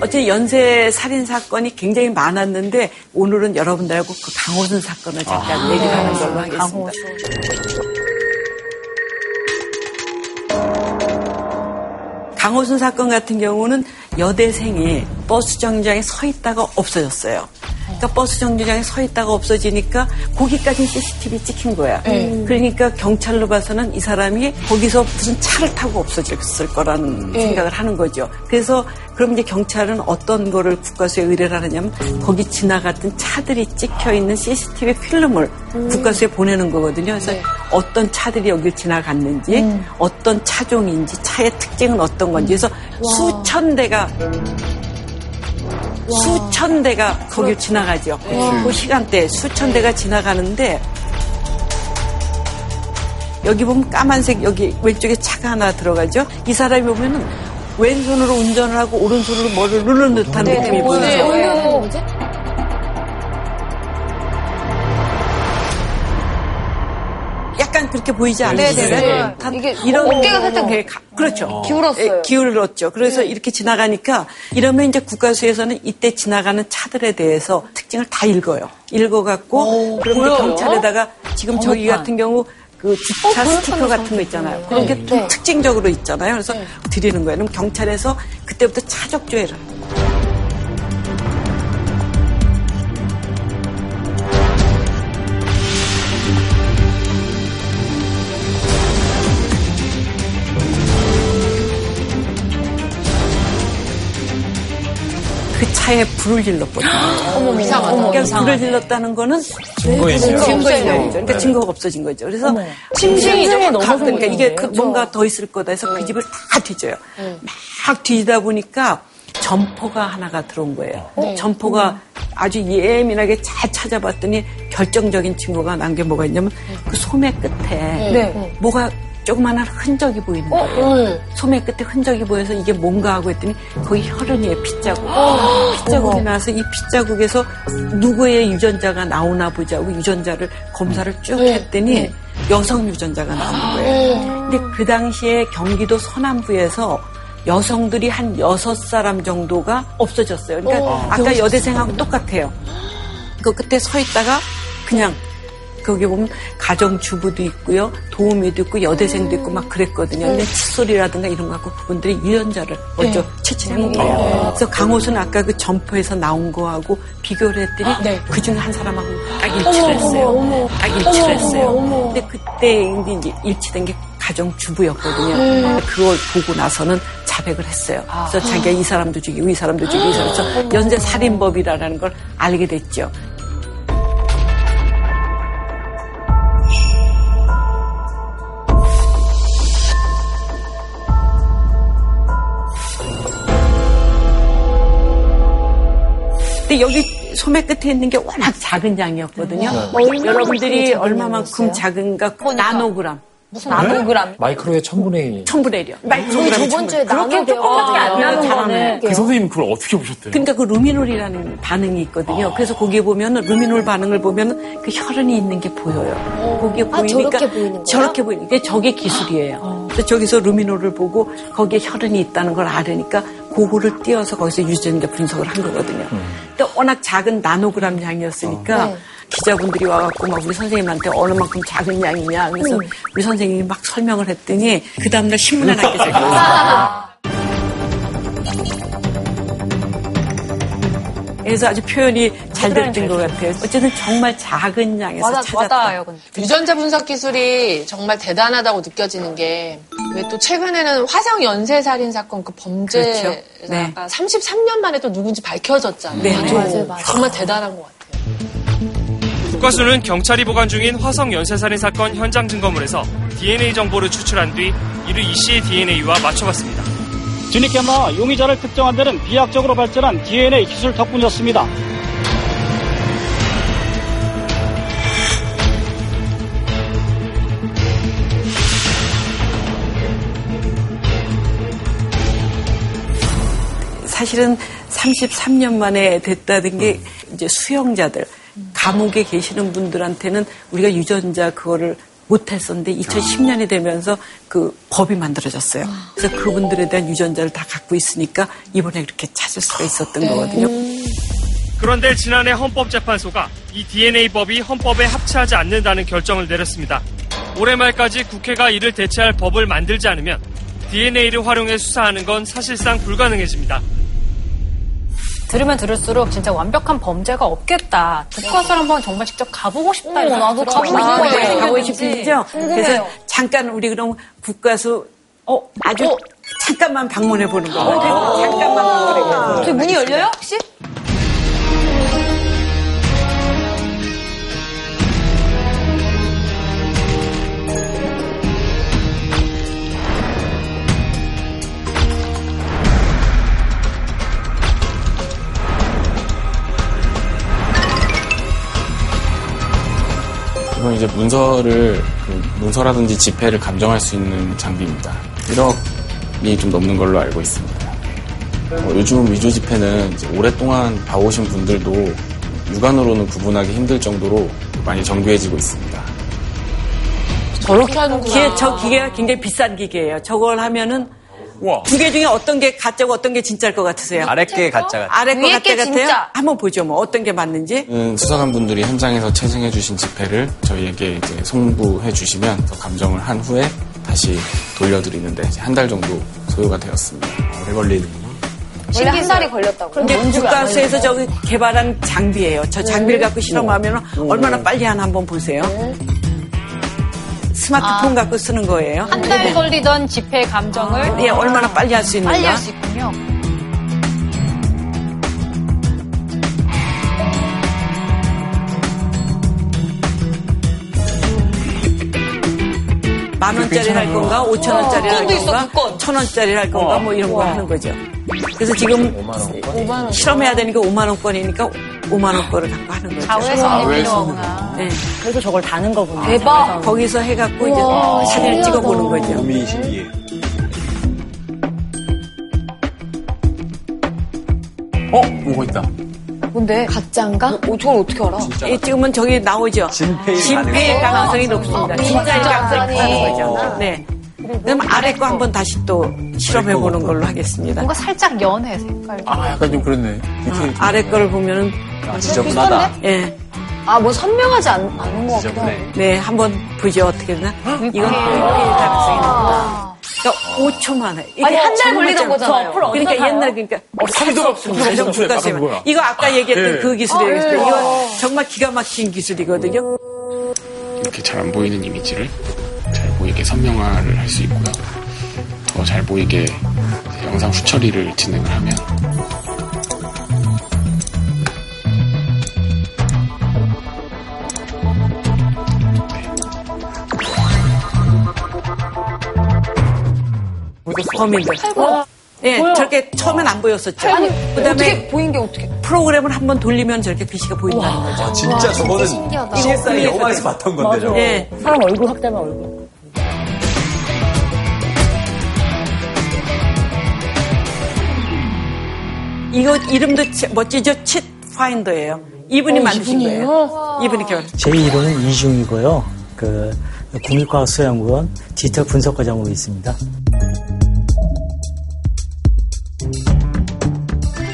[SPEAKER 11] 어쨌든 연쇄 살인 사건이 굉장히 많았는데 오늘은 여러분들하고 그 강호순 사건을 잠깐
[SPEAKER 13] 아.
[SPEAKER 11] 얘기를 하는
[SPEAKER 13] 네.
[SPEAKER 11] 걸로 하겠습니다. 강호순 사건 같은 경우는 여대생이 버스 정류장에 서 있다가 없어졌어요. 그러니까 버스 정류장에 서 있다가 없어지니까 거기까지 CCTV 찍힌 거야.
[SPEAKER 13] 네.
[SPEAKER 11] 그러니까 경찰로 봐서는 이 사람이 거기서 무슨 차를 타고 없어졌을 거라는
[SPEAKER 13] 네.
[SPEAKER 11] 생각을 하는 거죠. 그래서 그럼 이제 경찰은 어떤 거를 국과수에 의뢰를 하냐면 거기 지나갔던 차들이 찍혀 있는 CCTV 필름을
[SPEAKER 13] 음.
[SPEAKER 11] 국과수에 보내는 거거든요. 그래서
[SPEAKER 13] 네.
[SPEAKER 11] 어떤 차들이 여길 지나갔는지
[SPEAKER 13] 음.
[SPEAKER 11] 어떤 차종인지 차의 특징은 어떤 건지 그래서
[SPEAKER 13] 음.
[SPEAKER 11] 수천 대가 수천 대가 거길 지나가죠.
[SPEAKER 13] 그렇지.
[SPEAKER 11] 그 시간대에 수천 대가 지나가는데 여기 보면 까만색 여기 왼쪽에 차가 하나 들어가죠. 이 사람이 보면은 왼손으로 운전을 하고 오른손으로 뭐를 누르는 듯한
[SPEAKER 13] 네,
[SPEAKER 11] 느낌이
[SPEAKER 13] 네,
[SPEAKER 11] 보여요.
[SPEAKER 13] 네. 오, 뭐지?
[SPEAKER 11] 약간 그렇게 보이지
[SPEAKER 7] 네,
[SPEAKER 11] 않으세요?
[SPEAKER 7] 네, 네.
[SPEAKER 11] 다
[SPEAKER 7] 이게
[SPEAKER 11] 이런
[SPEAKER 7] 어깨가
[SPEAKER 11] 거.
[SPEAKER 7] 살짝 이렇게 가-
[SPEAKER 11] 그렇죠.
[SPEAKER 7] 기울었어요.
[SPEAKER 11] 예, 기울었죠. 그래서 이렇게 지나가니까 이러면 이제 국가수에서는 이때 지나가는 차들에 대해서 특징을 다 읽어요. 읽어갖고 그러면 이제
[SPEAKER 13] 보여요?
[SPEAKER 11] 경찰에다가 지금 저기
[SPEAKER 13] 번호판.
[SPEAKER 11] 같은 경우 그 주차
[SPEAKER 13] 번호판이
[SPEAKER 11] 스티커 같은 거 있잖아요. 그런 게 좀 특징적으로 있잖아요. 그래서 드리는 거예요. 그럼 경찰에서 그때부터 차적 조회를 합니다. 그 차에 불을 질렀거든요.
[SPEAKER 13] 어머, 이상하다.
[SPEAKER 11] 그러니까
[SPEAKER 13] 어머,
[SPEAKER 11] 불을
[SPEAKER 13] 이상하네.
[SPEAKER 11] 질렀다는 거는
[SPEAKER 9] 네.
[SPEAKER 13] 증거인멸.
[SPEAKER 11] 증거인멸이죠.
[SPEAKER 13] 증거인멸.
[SPEAKER 11] 그러니까
[SPEAKER 13] 네.
[SPEAKER 11] 증거가 없어진 거죠. 그래서
[SPEAKER 13] 어머.
[SPEAKER 11] 심증이
[SPEAKER 13] 심증이
[SPEAKER 11] 좀
[SPEAKER 13] 너무 어. 네.
[SPEAKER 11] 가- 그러니까 이게 그
[SPEAKER 13] 생기는데요?
[SPEAKER 11] 뭔가 더 있을 거다 해서 그 집을 다 뒤져요. 막 뒤지다 보니까 점포가 하나가 들어온 거예요.
[SPEAKER 13] 네.
[SPEAKER 11] 점포가 아주 예민하게 잘 찾아봤더니 결정적인 증거가 난 게 뭐가 있냐면 그 소매 끝에
[SPEAKER 13] 네. 어,
[SPEAKER 11] 뭐가 조그만한 흔적이 보이는 거예요. 소매 끝에 흔적이 보여서 이게 뭔가 하고 했더니 거기 혈흔이에요, 핏자국.
[SPEAKER 13] 어.
[SPEAKER 11] 핏자국이 나서 이 핏자국에서 누구의 유전자가 나오나 보자고 유전자를 검사를 쭉 했더니 여성 유전자가 나오는 거예요. 근데 그 당시에 경기도 서남부에서 여성들이 한 여섯 사람 정도가 없어졌어요. 그러니까
[SPEAKER 13] 어.
[SPEAKER 11] 아까 여대생하고 똑같아요. 그 끝에 서 있다가 그냥 거기 보면 가정주부도 있고요, 도우미도 있고 여대생도 있고 막 그랬거든요. 근데
[SPEAKER 13] 네.
[SPEAKER 11] 칫솔이라든가 이런 거 갖고 그분들이 유연자를 먼저
[SPEAKER 13] 네.
[SPEAKER 11] 채취한 거예요.
[SPEAKER 13] 네.
[SPEAKER 11] 그래서 강호순 아까 그 점포에서 나온 거하고 비교를 했더니 그 중에 한 사람하고 딱
[SPEAKER 13] 아, 네. 어머,
[SPEAKER 11] 일치를
[SPEAKER 13] 어머,
[SPEAKER 11] 했어요.
[SPEAKER 13] 어머.
[SPEAKER 11] 딱 일치를
[SPEAKER 13] 어머,
[SPEAKER 11] 했어요.
[SPEAKER 13] 어머, 어머.
[SPEAKER 11] 근데 그때 이제 일치된 게 가정주부였거든요.
[SPEAKER 13] 음.
[SPEAKER 11] 그걸 보고 나서는 자백을 했어요. 그래서
[SPEAKER 13] 아.
[SPEAKER 11] 자기가 이 사람도 죽이고 이 사람도 죽이고 이 사람도 죽이고 연쇄 살인법이라는 걸 알게 됐죠. 근데 여기 소매 끝에 있는 게 워낙 작은 양이었거든요. 뭐
[SPEAKER 13] 네.
[SPEAKER 11] 여러분들이
[SPEAKER 13] 얼마만큼 작은 양이었어요?
[SPEAKER 11] 얼마만큼
[SPEAKER 15] 네.
[SPEAKER 11] 작은가 나노그램.
[SPEAKER 13] 무슨
[SPEAKER 11] 아, 나노그램?
[SPEAKER 14] 네? 마이크로의 1000분의 1.
[SPEAKER 11] 천불에요.
[SPEAKER 13] 저희 저번 주에
[SPEAKER 11] 그렇게
[SPEAKER 13] 나노
[SPEAKER 11] 조금밖에 안
[SPEAKER 13] 대화
[SPEAKER 11] 나는 거는
[SPEAKER 15] 그 선생님 그걸 어떻게 보셨대요? 아.
[SPEAKER 11] 그러니까 그 루미놀이라는 반응이 있거든요. 그래서 거기에 보면은 루미놀 반응을 보면은 그 혈흔이 있는 게 보여요. 거기에
[SPEAKER 13] 아,
[SPEAKER 11] 보이니까
[SPEAKER 13] 저렇게 보이는 거예요? 아.
[SPEAKER 11] 저렇게 보이는 게 저게 기술이에요. 그래서 저기서 루미놀을 보고 거기에 혈흔이 있다는 걸 알으니까 그거를 띄어서 거기서 유전자 분석을 한 거거든요. 근데 워낙 작은 나노그램 양이었으니까
[SPEAKER 13] 어. 네.
[SPEAKER 11] 기자분들이 와갖고 막 우리 선생님한테 어느 만큼 작은 양이냐 그래서
[SPEAKER 13] 음.
[SPEAKER 11] 우리 선생님이 막 설명을 했더니 그 다음날 신문 하나 깨져요. 그래서 아주 표현이 잘 됐던 것 같아요. 어쨌든 정말 작은 양에서 찾았다.
[SPEAKER 1] 그 유전자 분석 기술이 정말 대단하다고 느껴지는 게, 왜 또 최근에는 화성 연쇄 살인 사건 그 범죄가
[SPEAKER 11] 그렇죠. 네.
[SPEAKER 1] 33년 만에 또 누군지 밝혀졌잖아요.
[SPEAKER 11] 네, 네.
[SPEAKER 1] 맞아요,
[SPEAKER 11] 맞아요.
[SPEAKER 1] 정말 대단한 것 같아요.
[SPEAKER 21] 국과수는 경찰이 보관 중인 화성 연쇄살인 사건 현장 증거물에서 DNA 정보를 추출한 뒤 이를 이 씨의 DNA와 맞춰봤습니다.
[SPEAKER 22] 드니케마 용의자를 특정한 데는 비약적으로 발전한 DNA 기술 덕분이었습니다.
[SPEAKER 11] 사실은 33년 만에 됐다는 게 이제 수용자들, 감옥에 계시는 분들한테는 우리가 유전자 그거를 못했었는데 2010년이 되면서 그 법이 만들어졌어요. 그래서 그분들에 대한 유전자를 다 갖고 있으니까 이번에 이렇게 찾을 수가 있었던
[SPEAKER 21] 네.
[SPEAKER 11] 거거든요.
[SPEAKER 21] 음. 그런데 지난해 헌법재판소가 이 DNA 법이 헌법에 합치하지 않는다는 결정을 내렸습니다. 올해 말까지 국회가 이를 대체할 법을 만들지 않으면 DNA를 활용해 수사하는 건 사실상 불가능해집니다.
[SPEAKER 9] 들으면 들을수록 진짜 완벽한 범죄가 없겠다. 국과수를 한번 정말 직접 가보고 싶다.
[SPEAKER 7] 어머, 나도 가보고
[SPEAKER 11] 아,
[SPEAKER 7] 싶어요.
[SPEAKER 11] 네, 가고
[SPEAKER 7] 어떻게
[SPEAKER 11] 싶으시죠?
[SPEAKER 7] 궁금해요.
[SPEAKER 11] 그래서 잠깐 우리 그럼 국가수 어 아주 잠깐만 방문해 보는 거. 요 어, 잠깐만 방문해 보는 거.
[SPEAKER 7] 저기 어? 문이 열려요 혹시?
[SPEAKER 23] 이건 이제 문서를 그 문서라든지 지폐를 감정할 수 있는 장비입니다. 1억이 좀 넘는 걸로 알고 있습니다. 어, 요즘 위조 지폐는 이제 오랫동안 봐오신 분들도 육안으로는 구분하기 힘들 정도로 많이 정교해지고 있습니다.
[SPEAKER 11] 저렇게 하는구나. 저 기계가 굉장히 비싼 기계예요. 저걸 하면은 두 개 중에 어떤 게 가짜고 어떤 게 진짜일 것 같으세요?
[SPEAKER 6] 아래 게 가짜 같아요.
[SPEAKER 11] 아래 거
[SPEAKER 6] 위에
[SPEAKER 11] 가짜
[SPEAKER 6] 게
[SPEAKER 11] 같아요?
[SPEAKER 6] 진짜.
[SPEAKER 11] 한번 보죠. 뭐 어떤 게 맞는지.
[SPEAKER 23] 음, 수사관 분들이 현장에서 채증해주신 지폐를 저희에게 이제 송부해주시면 더 감정을 한 후에 다시 돌려드리는데 한 달 정도 소요가 되었습니다. 오래 걸리는구나.
[SPEAKER 7] 원래 한 달이 걸렸다고.
[SPEAKER 11] 근데 국가수에서 저기 개발한 장비예요. 저 장비를 갖고 실험하면
[SPEAKER 6] 네.
[SPEAKER 11] 얼마나 빨리 하나 한번 보세요. 스마트폰
[SPEAKER 9] 아.
[SPEAKER 11] 갖고 쓰는 거예요.
[SPEAKER 9] 한 달 걸리던 집회 감정을
[SPEAKER 11] 예, 얼마나 빨리 할 수 있는가.
[SPEAKER 9] 빨리 할 수 있군요.
[SPEAKER 11] 만 원짜리 할 건가, 오천 원짜리 할
[SPEAKER 13] 건도 있어,
[SPEAKER 11] 건가, 천 원짜리 할 건가, 뭐 이런 거
[SPEAKER 13] 우와.
[SPEAKER 11] 하는 거죠. 그래서 지금 실험해야 되니까 5만 원권이니까 5만 원권을 갖고 하는 거죠.
[SPEAKER 4] 자외선이 자외선이 필요하구나.
[SPEAKER 11] 네.
[SPEAKER 4] 그래서 저걸 다는 거구나.
[SPEAKER 11] 대박. 거기서 해갖고 이제
[SPEAKER 4] 우와,
[SPEAKER 11] 사진을
[SPEAKER 4] 신기하다.
[SPEAKER 11] 찍어보는 거죠.
[SPEAKER 6] 몸이 신기해.
[SPEAKER 23] 어? 뭐가 있다.
[SPEAKER 11] 뭔데? 가짜인가? 어, 저걸 어떻게 알아?
[SPEAKER 6] 진짜
[SPEAKER 11] 이 찍으면 저기 나오죠.
[SPEAKER 6] 진폐일
[SPEAKER 11] 진폐일
[SPEAKER 6] 가능성.
[SPEAKER 11] 가능성이
[SPEAKER 6] 어,
[SPEAKER 11] 높습니다.
[SPEAKER 6] 진짜
[SPEAKER 11] 진짜일 가능성이
[SPEAKER 6] 가능하네.
[SPEAKER 11] 높은 거죠. 네. 그럼 아래 거 한번 다시 또 실험해 보는 걸로 하겠습니다.
[SPEAKER 9] 뭔가 살짝 연해 색깔.
[SPEAKER 11] 아,
[SPEAKER 3] 약간 좀 그렇네.
[SPEAKER 11] 아, 래 거를 보면은
[SPEAKER 6] 아, 지저분하다.
[SPEAKER 11] 예.
[SPEAKER 7] 아, 뭐 선명하지 않, 은것 같기도 하고.
[SPEAKER 11] 네, 한번 보죠 어떻게 되나? 이건 불일
[SPEAKER 7] 이게
[SPEAKER 11] 가능성이 높다. 그러니까 5초만 해. 이게
[SPEAKER 7] 아니, 한달
[SPEAKER 11] 정말
[SPEAKER 7] 걸리던
[SPEAKER 11] 참-
[SPEAKER 7] 거잖아요.
[SPEAKER 11] 저 앞으로 그러니까
[SPEAKER 7] 어떡하나요?
[SPEAKER 11] 옛날 그러니까
[SPEAKER 3] 어, 삼도 없어.
[SPEAKER 11] 가정
[SPEAKER 3] 삼도 없어.
[SPEAKER 11] 불가세만.
[SPEAKER 3] 뭐야?
[SPEAKER 11] 이거 아까 얘기했던
[SPEAKER 3] 예.
[SPEAKER 11] 그 기술이에요.
[SPEAKER 3] 아, 예.
[SPEAKER 11] 이건 정말 기가 막힌 기술이거든요.
[SPEAKER 23] 이렇게 잘 안 보이는 이미지를 잘 보이게 선명화를 할 수 있고요. 더 잘 보이게 이제 영상 후처리를 진행을 하면
[SPEAKER 11] 범인들. 예,
[SPEAKER 7] 뭐야?
[SPEAKER 11] 저렇게 처음엔 안 보였었죠.
[SPEAKER 7] 아니,
[SPEAKER 11] 어떻게 보인 게 어떻게? 프로그램을 한번 돌리면 저렇게 글씨가 보인다는 거죠.
[SPEAKER 6] 아, 진짜 저거는 CSI
[SPEAKER 11] 이거
[SPEAKER 6] 영화에서 봤던 건데, 저거.
[SPEAKER 11] 예.
[SPEAKER 4] 사람 얼굴 확대면 얼굴.
[SPEAKER 11] 이거 이름도 치- 멋지죠? 칫 파인더예요. 이분이
[SPEAKER 13] 어,
[SPEAKER 11] 만드신
[SPEAKER 13] 이분이에요?
[SPEAKER 11] 거예요. 이분이 결.
[SPEAKER 24] 제 이름은 이중이고요. 그 국립과학수연구원 디지털 분석과장으로 있습니다.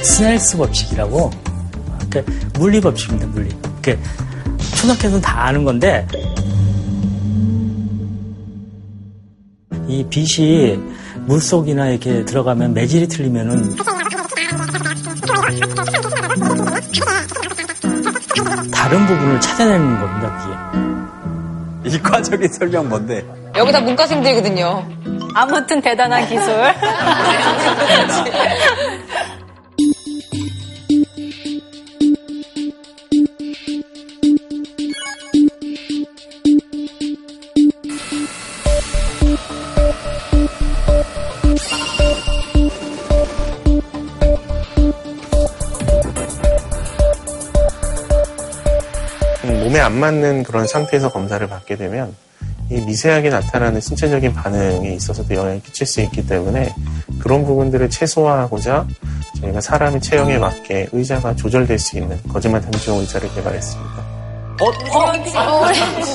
[SPEAKER 24] 스넬스 법칙이라고 그러니까 물리 법칙입니다. 물리. 그러니까 초등학교에서는 다 아는 건데 이 빛이 물 속이나 이렇게 들어가면 매질이 틀리면은 다른 부분을 찾아내는 겁니다. 그게.
[SPEAKER 6] 이과적인 설명 뭔데?
[SPEAKER 7] 여기다 문과생들이거든요. 아무튼 대단한 기술.
[SPEAKER 10] 음, 몸에 안 맞는 그런 상태에서 검사를 받게 되면 이 미세하게 나타나는 신체적인 반응에 있어서도 영향을 끼칠 수 있기 때문에 그런 부분들을 최소화하고자 저희가 사람의 체형에 맞게 의자가 조절될 수 있는 거짓말 단지용 의자를 개발했습니다.
[SPEAKER 4] 어,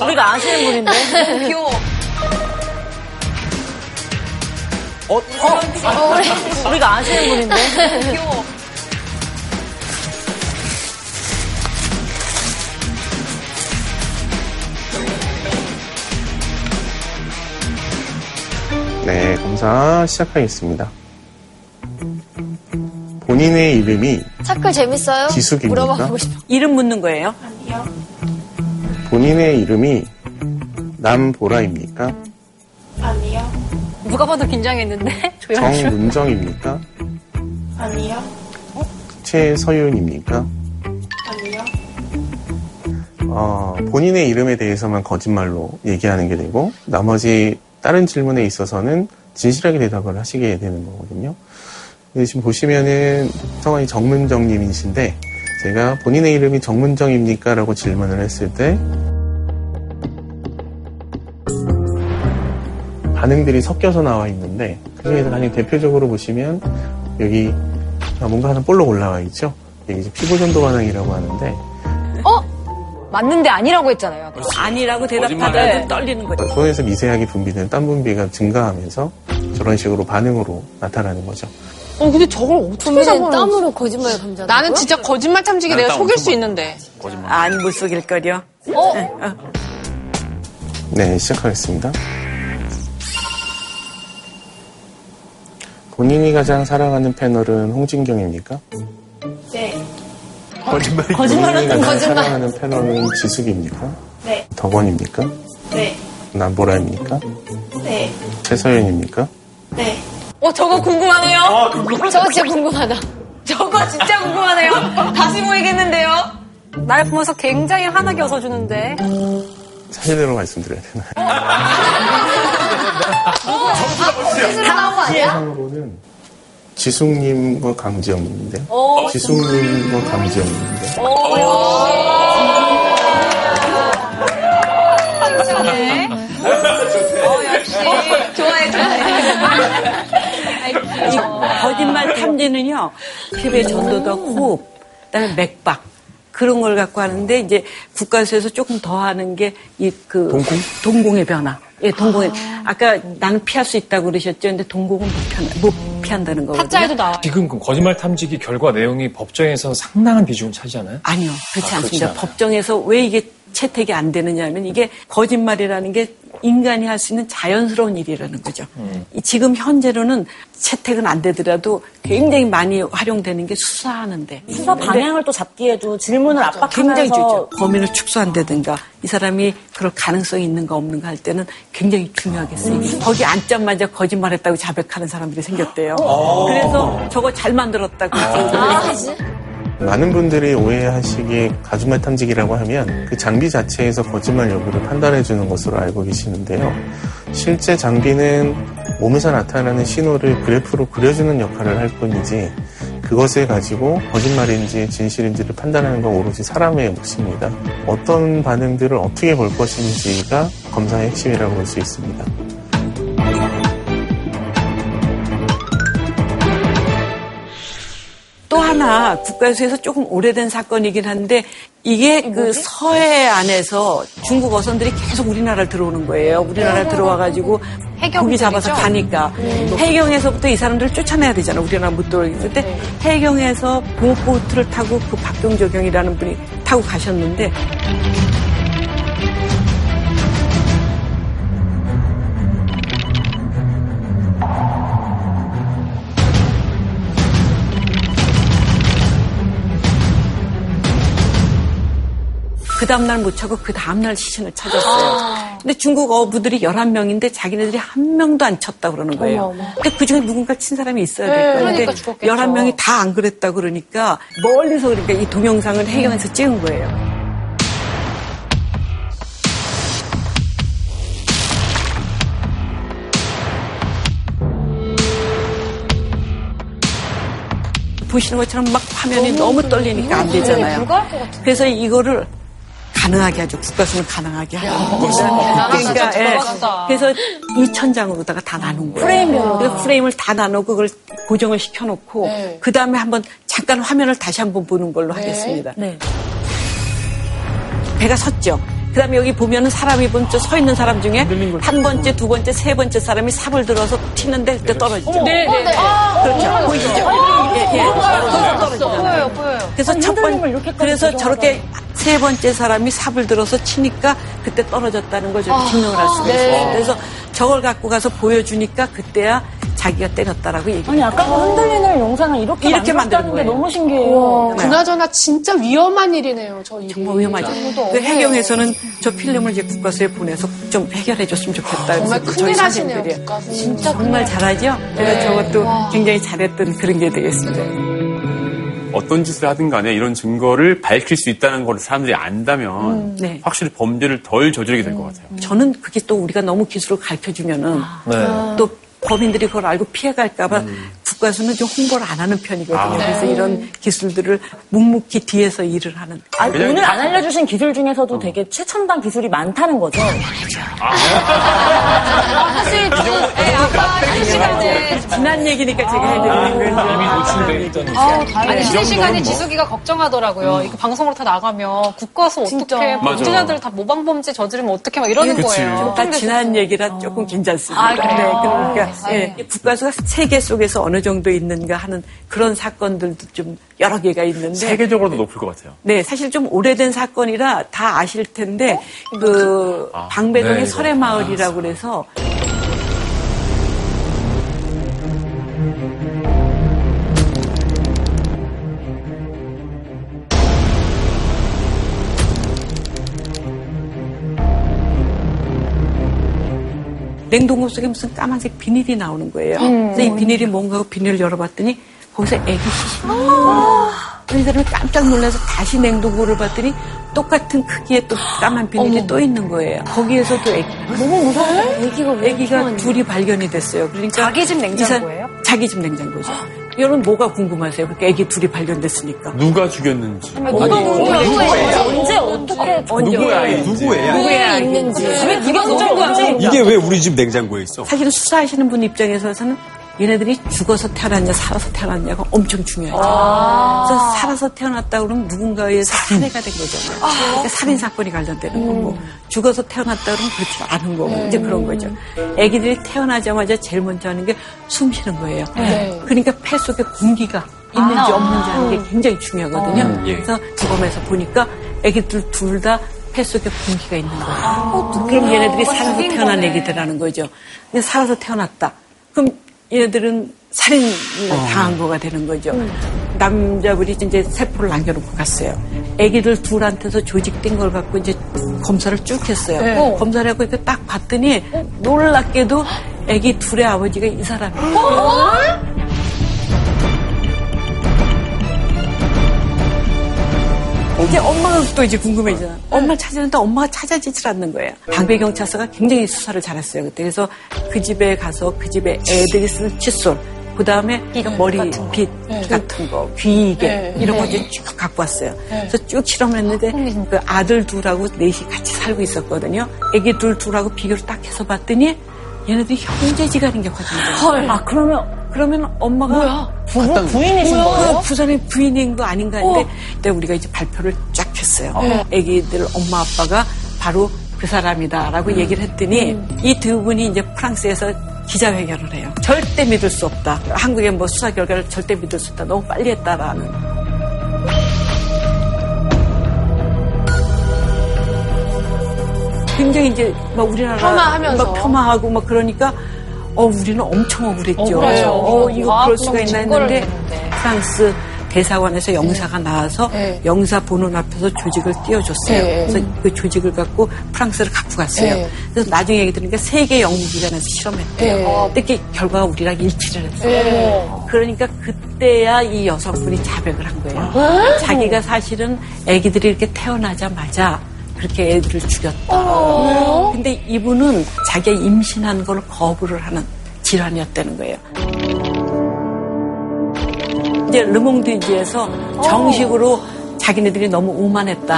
[SPEAKER 4] 우리가 아시는 분인데.
[SPEAKER 7] 귀여워.
[SPEAKER 4] 어, 우리가 아시는 분인데.
[SPEAKER 7] 귀여워.
[SPEAKER 10] 네, 검사 시작하겠습니다. 본인의 이름이
[SPEAKER 5] 차클 재밌어요?
[SPEAKER 10] 지숙입니까?
[SPEAKER 5] 물어보고 싶어.
[SPEAKER 11] 이름 묻는 거예요?
[SPEAKER 10] 본인의 이름이 남보라입니까?
[SPEAKER 9] 아니요. 누가 봐도 긴장했는데? 조연출.
[SPEAKER 10] 정문정입니까?
[SPEAKER 9] 아니요.
[SPEAKER 10] 최서윤입니까?
[SPEAKER 9] 아니요.
[SPEAKER 10] 어, 본인의 이름에 대해서만 거짓말로 얘기하는 게 되고 나머지 다른 질문에 있어서는 진실하게 대답을 하시게 되는 거거든요. 근데 지금 보시면은 성함이 정문정님이신데 제가 본인의 이름이 정문정입니까라고 질문을 했을 때 반응들이 섞여서 나와 있는데 그중에서 가장 대표적으로 보시면 여기 뭔가 하나 볼록 올라와 있죠. 이게 이제 피부전도 반응이라고 하는데
[SPEAKER 7] 어? 맞는데 아니라고 했잖아요.
[SPEAKER 11] 아니라고
[SPEAKER 7] 거짓말.
[SPEAKER 11] 대답하더라도 떨리는 거죠.
[SPEAKER 10] 손에서 미세하게 분비되는 땀 분비가 증가하면서 저런 식으로 반응으로 나타나는 거죠.
[SPEAKER 1] 어, 근데 저걸 어떻게
[SPEAKER 11] 선배는
[SPEAKER 1] 잡아요?
[SPEAKER 11] 땀으로
[SPEAKER 1] 거짓말 감자. 나는 진짜 거짓말 탐지기
[SPEAKER 11] 나는
[SPEAKER 1] 내가
[SPEAKER 11] 땀
[SPEAKER 1] 속일
[SPEAKER 11] 엄청
[SPEAKER 1] 수 있는데.
[SPEAKER 11] 아니 못 속일 거려.
[SPEAKER 1] 어?
[SPEAKER 10] 네, 시작하겠습니다. 본인이 가장 사랑하는 패널은 홍진경입니까?
[SPEAKER 9] 네.
[SPEAKER 10] 거짓말. 본인이
[SPEAKER 9] 거짓말하는
[SPEAKER 10] 가장
[SPEAKER 9] 거짓말.
[SPEAKER 10] 사랑하는 패널은 지숙입니까?
[SPEAKER 9] 네.
[SPEAKER 10] 덕원입니까?
[SPEAKER 9] 네.
[SPEAKER 10] 남보라입니까?
[SPEAKER 9] 네.
[SPEAKER 10] 최서연입니까?
[SPEAKER 9] 네.
[SPEAKER 7] 어, 저거 궁금하네요.
[SPEAKER 10] 아, 궁금하다.
[SPEAKER 7] 저거 진짜 궁금하다. 저거 진짜 궁금하네요. 다시 모이겠는데요.
[SPEAKER 9] 날 보면서 굉장히 환하게 웃어주는데.
[SPEAKER 10] 사실대로 말씀드려야 되나요?
[SPEAKER 13] 아, 어,
[SPEAKER 9] 나온 거 아니야?
[SPEAKER 10] 참고는 지숙님과 강지영님인데요.
[SPEAKER 9] 어.
[SPEAKER 10] 지숙님과 강지영님인데
[SPEAKER 7] 칭찬해. 아, 어, 역시. 좋아해, 좋아해.
[SPEAKER 11] 이 거짓말 탐지는요, 피부의 전도도 호흡, 그다음에 맥박. 그런 걸 갖고 하는데 이제 국가에서 조금 더 하는 게 이그
[SPEAKER 10] 동공?
[SPEAKER 11] 동공의 변화. 예, 동공의 아까 낭 피할 수 있다고 그러셨죠. 근데 동공은 못, 피한, 못 피한다는 거거든요.
[SPEAKER 14] 지금 그 거짓말 탐지기 결과 내용이 법정에서 상당한 비중을 차지하나요?
[SPEAKER 11] 아니요, 그렇지
[SPEAKER 14] 아,
[SPEAKER 11] 않습니다.
[SPEAKER 8] 그렇죠.
[SPEAKER 14] 않아요.
[SPEAKER 11] 법정에서 왜 이게 채택이 안 되느냐 하면 이게 거짓말이라는 게 인간이 할 수 있는 자연스러운 일이라는 거죠. 이 지금 현재로는 채택은 안 되더라도 굉장히 많이 활용되는 게 수사하는데.
[SPEAKER 4] 수사 방향을 또 잡기에도 질문을 압박하면서
[SPEAKER 11] 굉장히 중요하죠. 범인을 축소한다든가 이 사람이 그럴 가능성이 있는가 없는가 할 때는 굉장히 중요하게
[SPEAKER 4] 음.
[SPEAKER 11] 쓰입니다. 거기 앉자마자 거짓말했다고 자백하는 사람들이 생겼대요.
[SPEAKER 10] 어.
[SPEAKER 11] 그래서 저거 잘 만들었다고.
[SPEAKER 4] 아,
[SPEAKER 10] 많은 분들이 오해하시기에 가주말 탐지기라고 하면 그 장비 자체에서 거짓말 여부를 판단해 주는 것으로 알고 계시는데요. 실제 장비는 몸에서 나타나는 신호를 그래프로 그려주는 역할을 할 뿐이지 그것을 가지고 거짓말인지 진실인지를 판단하는 건 오로지 사람의 몫입니다. 어떤 반응들을 어떻게 볼 것인지가 검사의 핵심이라고 볼 수 있습니다.
[SPEAKER 11] 또 하나 국가에서 조금 오래된 사건이긴 한데 이게 그 서해 안에서 중국 어선들이 계속 우리나라를 들어오는 거예요. 우리나라에 들어와가지고
[SPEAKER 7] 해경
[SPEAKER 11] 고기 잡아서
[SPEAKER 7] 때문이죠?
[SPEAKER 11] 가니까
[SPEAKER 7] 네.
[SPEAKER 11] 해경에서부터 이 사람들을 쫓아내야 되잖아. 우리나라 못 들어오기 그때
[SPEAKER 7] 네.
[SPEAKER 11] 해경에서 보호보트를 타고 그 박동조 경이라는 분이 타고 가셨는데 그 다음날 못 차고 그 다음날 시신을 찾았어요.
[SPEAKER 13] 아.
[SPEAKER 11] 근데 중국 어부들이 11명인데 자기네들이 한 명도 안 쳤다 그러는 거예요.
[SPEAKER 13] 어머, 어머.
[SPEAKER 11] 근데 그 중에 누군가 친 사람이 있어야
[SPEAKER 13] 네,
[SPEAKER 11] 될 거예요.
[SPEAKER 13] 그러니까
[SPEAKER 11] 근데
[SPEAKER 13] 죽었겠죠.
[SPEAKER 11] 11명이 다 안 그랬다 그러니까 멀리서 그러니까 이 동영상을 해경에서 찍은 거예요. 보시는 것처럼 막 화면이 너무, 떨리니까 안 되잖아요.
[SPEAKER 13] 그러니까
[SPEAKER 7] 불가할 것 같은데.
[SPEAKER 11] 그래서 이거를 가능하게 하죠. 국가수는 가능하게 하죠.
[SPEAKER 7] 대단하다.
[SPEAKER 11] 그러니까
[SPEAKER 7] 진짜
[SPEAKER 11] 예.
[SPEAKER 7] 대단하다.
[SPEAKER 11] 그래서 2천장으로다가 다 나눈 거예요.
[SPEAKER 7] 프레임으로.
[SPEAKER 11] 그래서 프레임을 다 나누고 그걸 고정을 시켜놓고
[SPEAKER 7] 네.
[SPEAKER 11] 그 다음에 한번 잠깐 화면을 다시 한번 보는 걸로 하겠습니다.
[SPEAKER 7] 네.
[SPEAKER 11] 배가 섰죠. 그 다음에 여기 보면은 사람이 먼저 서 있는 사람 중에 한 번째, 두 번째, 세 번째 사람이 삽을 들어서 튀는데 그때 떨어지죠.
[SPEAKER 13] 네, 네, 네.
[SPEAKER 11] 그렇죠. 보이시죠? 예, 예. 떨어져, 떨어지잖아요.
[SPEAKER 13] 보여요, 보여요.
[SPEAKER 11] 그래서 첫 번, 그래서
[SPEAKER 13] 조정하다니.
[SPEAKER 11] 저렇게 세 번째 사람이 삽을 들어서 치니까 그때 떨어졌다는 걸 저렇게
[SPEAKER 13] 아,
[SPEAKER 11] 증명을 할 수가
[SPEAKER 13] 네.
[SPEAKER 11] 있어요. 그래서 저걸 갖고 가서 보여주니까 그때야 자기가 때렸다라고 얘기해요.
[SPEAKER 4] 아니 아까 그 흔들리는 영상을 이렇게,
[SPEAKER 11] 이렇게
[SPEAKER 4] 만들었다는 게
[SPEAKER 11] 만드는 거예요.
[SPEAKER 4] 너무 신기해요. 네.
[SPEAKER 11] 우와.
[SPEAKER 13] 그나저나 진짜 위험한 일이네요, 저 일이. 정말
[SPEAKER 11] 위험하죠. 그 해경에서는 저 필름을 이제 국과수에 보내서 좀 해결해 줬으면 좋겠다.
[SPEAKER 13] 정말
[SPEAKER 11] 그래서
[SPEAKER 13] 큰일
[SPEAKER 11] 저희
[SPEAKER 13] 하시네요,
[SPEAKER 11] 선생님들이.
[SPEAKER 13] 국가수. 진짜
[SPEAKER 11] 음. 정말 잘하죠?
[SPEAKER 13] 네.
[SPEAKER 11] 그래서 저것도
[SPEAKER 13] 와. 네.
[SPEAKER 11] 굉장히 잘했던 그런 게 되겠습니다.
[SPEAKER 15] 어떤 짓을 하든 간에 이런 증거를 밝힐 수 있다는 걸 사람들이 안다면
[SPEAKER 11] 음. 네.
[SPEAKER 15] 확실히 범죄를 덜 저지르게 될 것 같아요.
[SPEAKER 11] 저는 그게 또 우리가 너무 기술을 가르쳐 주면은
[SPEAKER 15] 네.
[SPEAKER 11] 또 법인들이 그걸 알고 피해갈까봐
[SPEAKER 13] 음.
[SPEAKER 11] 국가에서는 좀 홍보를 안 하는 편이거든요.
[SPEAKER 4] 아.
[SPEAKER 11] 그래서
[SPEAKER 4] 네.
[SPEAKER 11] 이런 기술들을 묵묵히 뒤에서 일을 하는.
[SPEAKER 4] 아, 오늘 안 알려주신 기술 중에서도
[SPEAKER 15] 어.
[SPEAKER 4] 되게 최첨단 기술이 많다는 거죠.
[SPEAKER 13] 사실
[SPEAKER 11] 지난 얘기니까 제가 해드리는 거예요.
[SPEAKER 14] 이미 노출돼 있던
[SPEAKER 9] 아우, 다행이다.
[SPEAKER 14] 이
[SPEAKER 9] 쉬는
[SPEAKER 14] 정도면
[SPEAKER 9] 시간에
[SPEAKER 14] 뭐-
[SPEAKER 9] 지숙이가 걱정하더라고요. 이거 방송으로 다 나가면 국가서 어떻게
[SPEAKER 14] 맞아.
[SPEAKER 9] 범죄자들 다 모방범죄 저지르면 어떻게 막 이러는 거예요.
[SPEAKER 11] 다 아, 지난 얘기라 조금
[SPEAKER 4] 어.
[SPEAKER 11] 괜찮습니다.
[SPEAKER 9] 아, 그래요?
[SPEAKER 11] 네, 그러니까
[SPEAKER 9] 아,
[SPEAKER 4] 네.
[SPEAKER 11] 예, 국가수가 세계 속에서 어느 정도 있는가 하는 그런 사건들도 좀 여러 개가 있는데
[SPEAKER 15] 세계적으로도 높을 것 같아요.
[SPEAKER 11] 네, 사실 좀 오래된 사건이라 다 아실 텐데
[SPEAKER 4] 어?
[SPEAKER 11] 그
[SPEAKER 15] 네,
[SPEAKER 11] 방배동의
[SPEAKER 15] 이거. 아.
[SPEAKER 11] 설해마을이라고 그래서 냉동고 속에 무슨 까만색 비닐이 나오는 거예요.
[SPEAKER 13] 음.
[SPEAKER 11] 그래서 이 비닐이 뭔가 하고 비닐을 열어봤더니 거기서 애기 시신이 있는 거예요. 이 사람이 깜짝 놀라서 다시 냉동고를 봤더니 똑같은 크기의 또 까만 비닐이 또 있는 거예요. 거기에서 또 애기. 너무 무서워. 애기가 애기가 둘이 발견이 됐어요. 그러니까
[SPEAKER 7] 자기 집
[SPEAKER 11] 이
[SPEAKER 7] 냉장고예요?
[SPEAKER 11] 사람- 자기 집 냉장고죠. 여러분 뭐가 궁금하세요? 그러니까 애기 둘이 발견됐으니까.
[SPEAKER 15] 누가 죽였는지.
[SPEAKER 11] 누가 누구야?
[SPEAKER 4] 누구예요? 언제 어떻게
[SPEAKER 6] 누구야? 누구의
[SPEAKER 11] 누구야?
[SPEAKER 4] 있는지.
[SPEAKER 11] 왜 누가 누구야?
[SPEAKER 6] 이게 왜 우리 집 냉장고에 있어?
[SPEAKER 11] 사실은 수사하시는 분 입장에서는 얘네들이 죽어서 태어났냐 살아서 태어났냐가 엄청 중요해요.
[SPEAKER 13] 아.
[SPEAKER 11] 그래서 살아서 태어났다 그러면 누군가에 의해서 살해가 된 거잖아요. 음. 그러니까 살인 사건이 관련되는 거고 뭐 죽어서 태어났다 그러면 그렇지 않은 거고 이제 그런 거죠. 아기들이 태어나자마자 제일 먼저 하는 게 숨 쉬는 거예요.
[SPEAKER 13] 네.
[SPEAKER 11] 그러니까 폐 속에 공기가 있는지
[SPEAKER 13] 아.
[SPEAKER 11] 없는지 하는 게 굉장히 중요하거든요.
[SPEAKER 13] 음, 예.
[SPEAKER 11] 그래서 지검에서 보니까 애기들 둘 다 폐 속에 공기가 있는 거예요. 그럼 얘네들이 살아서
[SPEAKER 13] 죽인
[SPEAKER 11] 아. 태어난
[SPEAKER 13] 거네.
[SPEAKER 11] 애기들하는 거죠. 근데 살아서 태어났다. 그럼 얘네들은 살인
[SPEAKER 13] 어.
[SPEAKER 11] 당한 거가 되는 거죠.
[SPEAKER 7] 음.
[SPEAKER 11] 남자분이 이제 세포를 남겨놓고 갔어요. 애기들 둘한테서 조직된 걸 갖고 이제 검사를 쭉 했어요.
[SPEAKER 13] 네.
[SPEAKER 11] 어, 검사를 하고 이렇게 딱 봤더니 놀랍게도 애기 둘의 아버지가 이 사람이에요. 이제 엄마가 또 이제 궁금해지잖아. 엄마 를 찾았는데 엄마가 찾아지질 않는 거예요. 방배 경찰서가 굉장히 수사를 잘했어요. 그때 그래서 그 집에 가서 그 집에 애들이 쓰는 칫솔, 그 다음에 머리 빗 네. 같은 거, 귀이게
[SPEAKER 13] 네.
[SPEAKER 11] 이런 거
[SPEAKER 13] 네.
[SPEAKER 11] 이제 쭉 갖고 왔어요.
[SPEAKER 13] 네.
[SPEAKER 11] 그래서 쭉 실험했는데 그 아들 둘하고 넷이 같이 살고 있었거든요. 애기 둘 둘하고 비교를 딱 해서 봤더니 얘네들이 형제지간인 게 확인돼요.
[SPEAKER 4] 헐. 아,
[SPEAKER 11] 그러면 그러면 엄마가
[SPEAKER 4] 부부 부인이신 거예요?
[SPEAKER 13] 어?
[SPEAKER 11] 부산의 부인인 거 아닌가 했는데 그때 우리가 이제 발표를 쫙 했어요.
[SPEAKER 4] 네.
[SPEAKER 11] 애기들 엄마 아빠가 바로 그 사람이다라고
[SPEAKER 13] 음.
[SPEAKER 11] 얘기를 했더니 이 두 분이 이제 프랑스에서 기자회견을 해요. 절대 믿을 수 없다. 한국의 뭐 수사 결과를 절대 믿을 수 없다. 너무 빨리 했다라는. 굉장히 이제 막 우리나라
[SPEAKER 13] 폄하하면서.
[SPEAKER 11] 막 폄하하고 막 그러니까 어 우리는 엄청 억울했죠.
[SPEAKER 13] 어, 그래요.
[SPEAKER 11] 어, 이거
[SPEAKER 13] 아,
[SPEAKER 11] 그럴 수가
[SPEAKER 13] 그럼
[SPEAKER 11] 있나
[SPEAKER 13] 증거를
[SPEAKER 11] 했는데
[SPEAKER 13] 네.
[SPEAKER 11] 프랑스 대사관에서 영사가 나와서 영사 본원 앞에서 조직을 띄워줬어요.
[SPEAKER 13] 네.
[SPEAKER 11] 그래서 그 조직을 갖고 프랑스를 갖고 갔어요.
[SPEAKER 13] 네.
[SPEAKER 11] 그래서 나중에 얘기 들으니까 세계 연구기관에서 실험했대요.
[SPEAKER 13] 네.
[SPEAKER 11] 어, 특히 결과가 우리랑 일치를 했어요.
[SPEAKER 13] 네.
[SPEAKER 11] 그러니까 그때야 이 여성분이 자백을 한 거예요.
[SPEAKER 13] 아.
[SPEAKER 11] 자기가 사실은 아기들이 이렇게 태어나자마자 그렇게 애들을 죽였다.
[SPEAKER 13] 어.
[SPEAKER 11] 근데 이분은 자기가 임신한 걸 거부를 하는 질환이었다는 거예요. 이제 르몽드지에서 정식으로 자기네들이 너무 오만했다.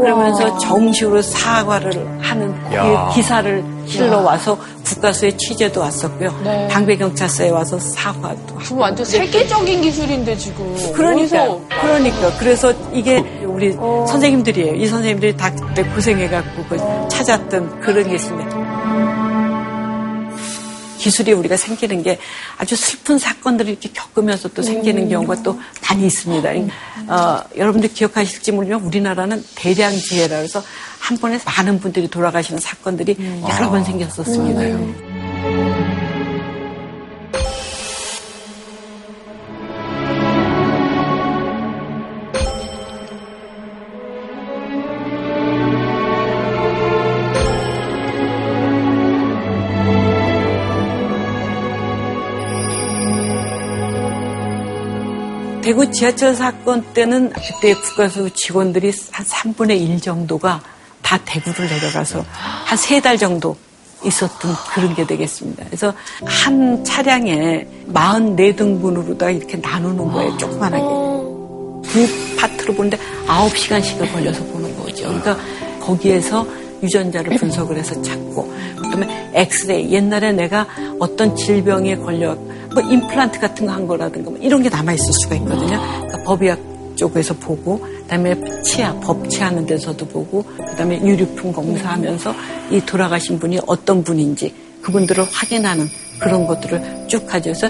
[SPEAKER 11] 그러면서 정식으로 사과를 하는 그
[SPEAKER 13] 야.
[SPEAKER 11] 기사를 실러
[SPEAKER 13] 야.
[SPEAKER 11] 와서 국가수의 취재도 왔었고요.
[SPEAKER 1] 네.
[SPEAKER 11] 방배경찰서에 와서 사과도
[SPEAKER 1] 그거 완전 세계적인 기술인데 지금.
[SPEAKER 11] 그러니까, 어.
[SPEAKER 1] 어디서
[SPEAKER 11] 그러니까. 그래서 이게 우리 선생님들이에요. 이 선생님들이 다 그때 고생해갖고 그 찾았던 그런 게 있습니다. 기술이 우리가 생기는 게 아주 슬픈 사건들을 이렇게 겪으면서 또 생기는
[SPEAKER 13] 음.
[SPEAKER 11] 경우가 또 많이 있습니다. 어, 여러분들 기억하실지 모르지만 우리나라는 대량 지혜라 그래서 한 번에 많은 분들이 돌아가시는 사건들이 여러 번 생겼었습니다. 대구 지하철 사건 때는 그때 국가수 직원들이 한 3분의 1 정도가 다 대구를 내려가서 한 세 달 정도 있었던 그런 게 되겠습니다. 그래서 한 차량에 44등분으로다 이렇게 나누는 거예요, 조그만하게. 두 파트로 보는데 9시간씩을 걸려서 보는 거죠. 그러니까 거기에서 유전자를 분석을 해서 찾고, 그다음에 엑스레이. 옛날에 내가 어떤 질병에 걸려, 뭐 임플란트 같은 거 한 거라든가 뭐 이런 게 남아있을 수가 있거든요. 그러니까 법의학 쪽에서 보고, 그다음에 치아, 법치하는 데서도 보고, 그다음에 유류품 검사하면서 이 돌아가신 분이 어떤 분인지 그분들을 확인하는 그런 것들을 쭉 가져서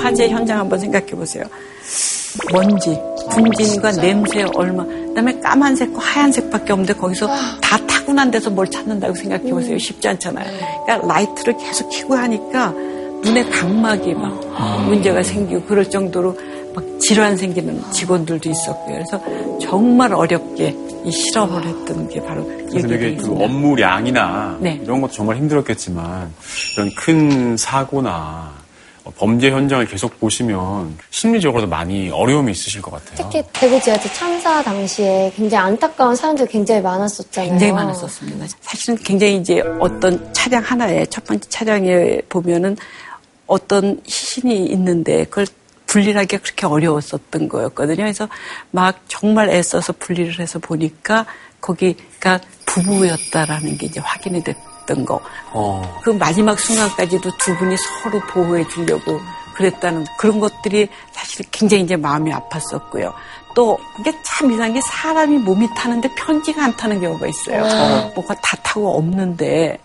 [SPEAKER 11] 화재 현장 한번 생각해 보세요. 먼지, 분진과 냄새 얼마, 그다음에 까만색과 하얀색밖에 없는데 거기서 다 타고난 데서 뭘 찾는다고 생각해 보세요.
[SPEAKER 13] 음.
[SPEAKER 11] 쉽지 않잖아요. 그러니까 라이트를 계속 켜고 하니까 눈에 각막이 막 문제가 생기고 그럴 정도로 막 질환 생기는 직원들도 있었고요. 그래서 정말 어렵게 이 실험을 했던 게 바로
[SPEAKER 15] 그래서 되게 그 업무량이나
[SPEAKER 11] 네.
[SPEAKER 15] 이런 것도 정말 힘들었겠지만 이런 큰 사고나 범죄 현장을 계속 보시면 심리적으로도 많이 어려움이 있으실 것 같아요.
[SPEAKER 5] 특히 대구 지하철 참사 당시에 굉장히 안타까운 사람들이 굉장히 많았었잖아요.
[SPEAKER 11] 굉장히 많았었습니다. 사실은 굉장히 이제 어떤 차량 하나에 첫 번째 차량에 보면은 어떤 희신이 있는데 그걸 분리하기가 그렇게 어려웠었던 거였거든요. 그래서 막 정말 애써서 분리를 해서 보니까 거기가 부부였다라는 게 이제 확인이 됐던 거. 그 마지막 순간까지도 두 분이 서로 보호해 주려고 그랬다는 그런 것들이 사실 굉장히 이제 마음이 아팠었고요. 또 이게 참 이상한 게 사람이 몸이 타는데 편지가 안 타는 경우가 있어요.
[SPEAKER 13] 네.
[SPEAKER 11] 뭐가 다 타고 없는데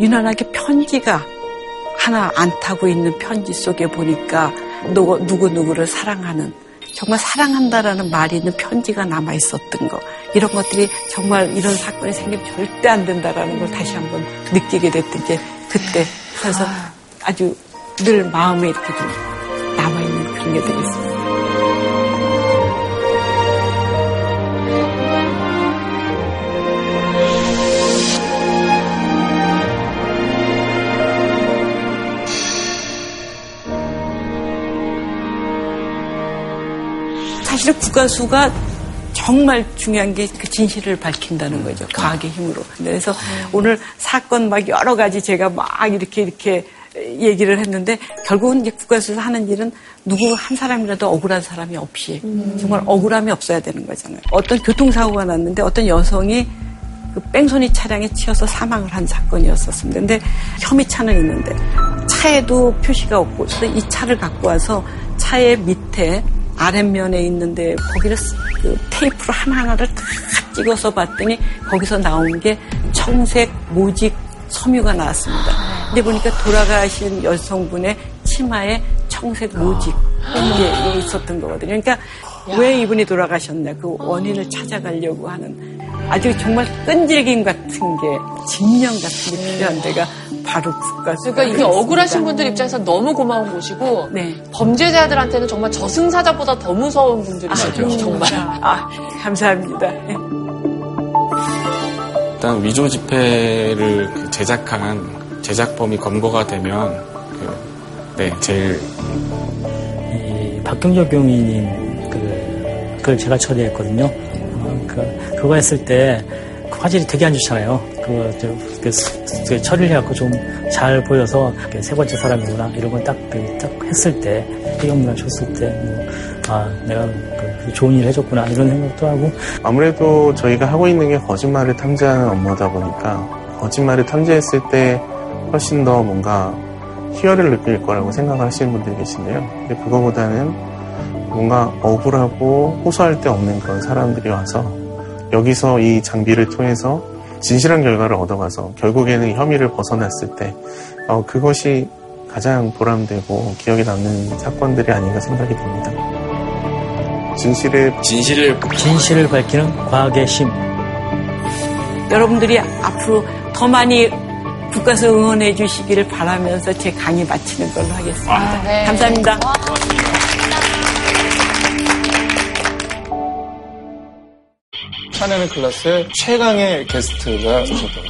[SPEAKER 11] 유난하게 편지가 하나 안 타고 있는 편지 속에 보니까 누구, 누구 누구를 사랑하는 정말 사랑한다라는 말이 있는 편지가 남아 있었던 거 이런 것들이 정말 이런 사건이 생기면 절대 안 된다라는 걸 다시 한번 느끼게 됐던 이제 그때 그래서 아주 늘 마음에 이렇게 좀 남아 있는 그런 게 되겠습니다. 사실은 국가수가 정말 중요한 게 그 진실을 밝힌다는 거죠. 과학의 힘으로. 그래서 오늘 사건 막 여러 가지 제가 막 이렇게 이렇게 얘기를 했는데 결국은 이제 국가수에서 하는 일은 누구 한 사람이라도 억울한 사람이 없이
[SPEAKER 13] 음.
[SPEAKER 11] 정말 억울함이 없어야 되는 거잖아요. 어떤 교통사고가 났는데 어떤 여성이 그 뺑소니 차량에 치여서 사망을 한 사건이었었습니다. 근데 혐의차는 있는데 차에도 표시가 없고 그래서 이 차를 갖고 와서 차의 밑에 아랫면에 있는데 거기를 쓰- 그 테이프로 하나하나를 다 찍어서 봤더니 거기서 나온 게 청색 모직 섬유가 나왔습니다. 근데 보니까 돌아가신 여성분의 치마에 청색 모직 이게 있었던 거거든요. 그러니까 왜 이분이 돌아가셨냐 그 원인을 찾아가려고 하는 아주 정말 끈질긴 같은 게 집념 같은 게 필요한 데가 바로 국가
[SPEAKER 1] 그러니까 이게 억울하신 분들 입장에서 너무 고마운 곳이고 범죄자들한테는 정말 저승사자보다 더 무서운 분들이시죠. 정말. 아,
[SPEAKER 11] 아, 감사합니다. 예.
[SPEAKER 23] 일단 위조 지폐를 그 제작한 제작범이 검거가 되면 그, 네 제일
[SPEAKER 24] 이 박경적 경위님 그, 그걸 제가 처리했거든요. 어, 그, 그거 했을 때그 화질이 되게 안 좋잖아요. 그거 저, 그, 수- 그 처리를 해갖고 좀 잘 보여서 이렇게 세 번째 사람이구나 이런 걸딱 그, 딱 했을 때 회경문화 줬을 때 뭐, 아, 내가 그 좋은 일을 해줬구나 이런 생각도 하고
[SPEAKER 10] 아무래도 저희가 하고 있는 게 거짓말을 탐지하는 업무다 보니까 거짓말을 탐지했을 때 훨씬 더 뭔가 희열을 느낄 거라고 생각하시는 분들이 계신데요. 근데 그거보다는 뭔가 억울하고 호소할 데 없는 그런 사람들이 와서 여기서 이 장비를 통해서 진실한 결과를 얻어가서 결국에는 혐의를 벗어났을 때 어, 그것이 가장 보람되고 기억에 남는 사건들이 아닌가 생각이 듭니다. 진실을
[SPEAKER 23] 진실을
[SPEAKER 24] 진실을 밝히는 과학의 힘
[SPEAKER 11] 여러분들이 앞으로 더 많이 국가에서 응원해 주시기를 바라면서 제 강의 마치는 걸로 하겠습니다. 감사합니다.
[SPEAKER 8] 샤넬의 클래스의 최강의 게스트가 오셨던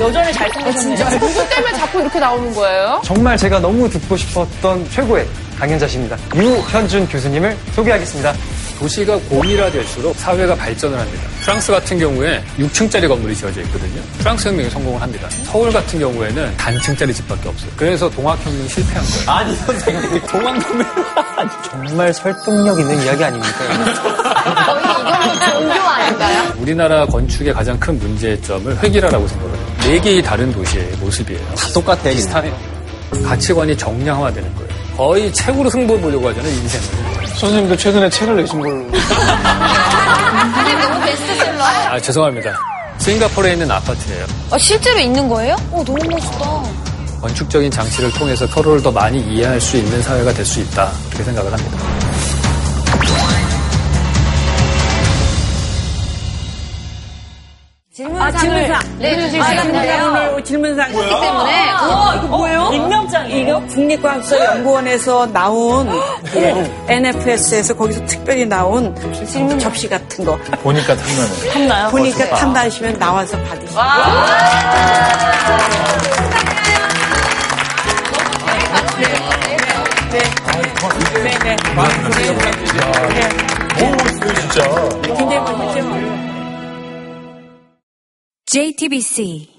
[SPEAKER 1] 여전히 잘생겼네. 요 누구 아, 때문에 자꾸 이렇게 나오는 거예요?
[SPEAKER 25] 정말 제가 너무 듣고 싶었던 최고의 강연자십니다. 유현준 교수님을 소개하겠습니다.
[SPEAKER 20] 도시가 고밀화될수록 사회가 발전을 합니다. 프랑스 같은 경우에 6층짜리 건물이 지어져 있거든요. 프랑스 혁명이 성공을 합니다. 서울 같은 경우에는 단층짜리 집밖에 없어요. 그래서 동학혁명이 실패한 거예요. 아니 선생님 동학혁명
[SPEAKER 25] 정말 설득력 있는 이야기 아닙니까?
[SPEAKER 13] 종교 아닌가요?
[SPEAKER 20] 우리나라 건축의 가장 큰 문제점을 획일화라고 생각을 해요. 네 개의 다른 도시의 모습이에요. 다 똑같아요. 비슷하네요. 가치관이 정량화되는 거예요. 거의 책으로 승부해 보려고 하잖아요, 인생을.
[SPEAKER 8] 선생님도 최근에 책을 내신 걸로
[SPEAKER 7] 선생님 너무 베스트셀러야.
[SPEAKER 20] 아, 죄송합니다. 싱가포르에 있는 아파트예요.
[SPEAKER 7] 아, 실제로 있는 거예요? 어, 너무 멋있다.
[SPEAKER 20] 건축적인 장치를 통해서 서로를 더 많이 이해할 수 있는 사회가 될 수 있다. 그렇게 생각을 합니다.
[SPEAKER 7] 질문상을
[SPEAKER 9] 네,
[SPEAKER 7] 내주실
[SPEAKER 11] 아,
[SPEAKER 7] 건데요.
[SPEAKER 11] 질문상이네요. 질문상.
[SPEAKER 7] 뭐야? 그렇기 때문에. 우와, 이거 뭐예요?
[SPEAKER 11] 익명장이에요? 이거 국립과학수사연구원에서 나온 그 NFS에서 거기서 특별히 나온 질문 접시 같은 거.
[SPEAKER 14] 보니까 탐나네.
[SPEAKER 11] 탐나요? 보니까
[SPEAKER 14] 좋다.
[SPEAKER 11] 탐나시면 나와서 받으시고. 네네.
[SPEAKER 13] JTBC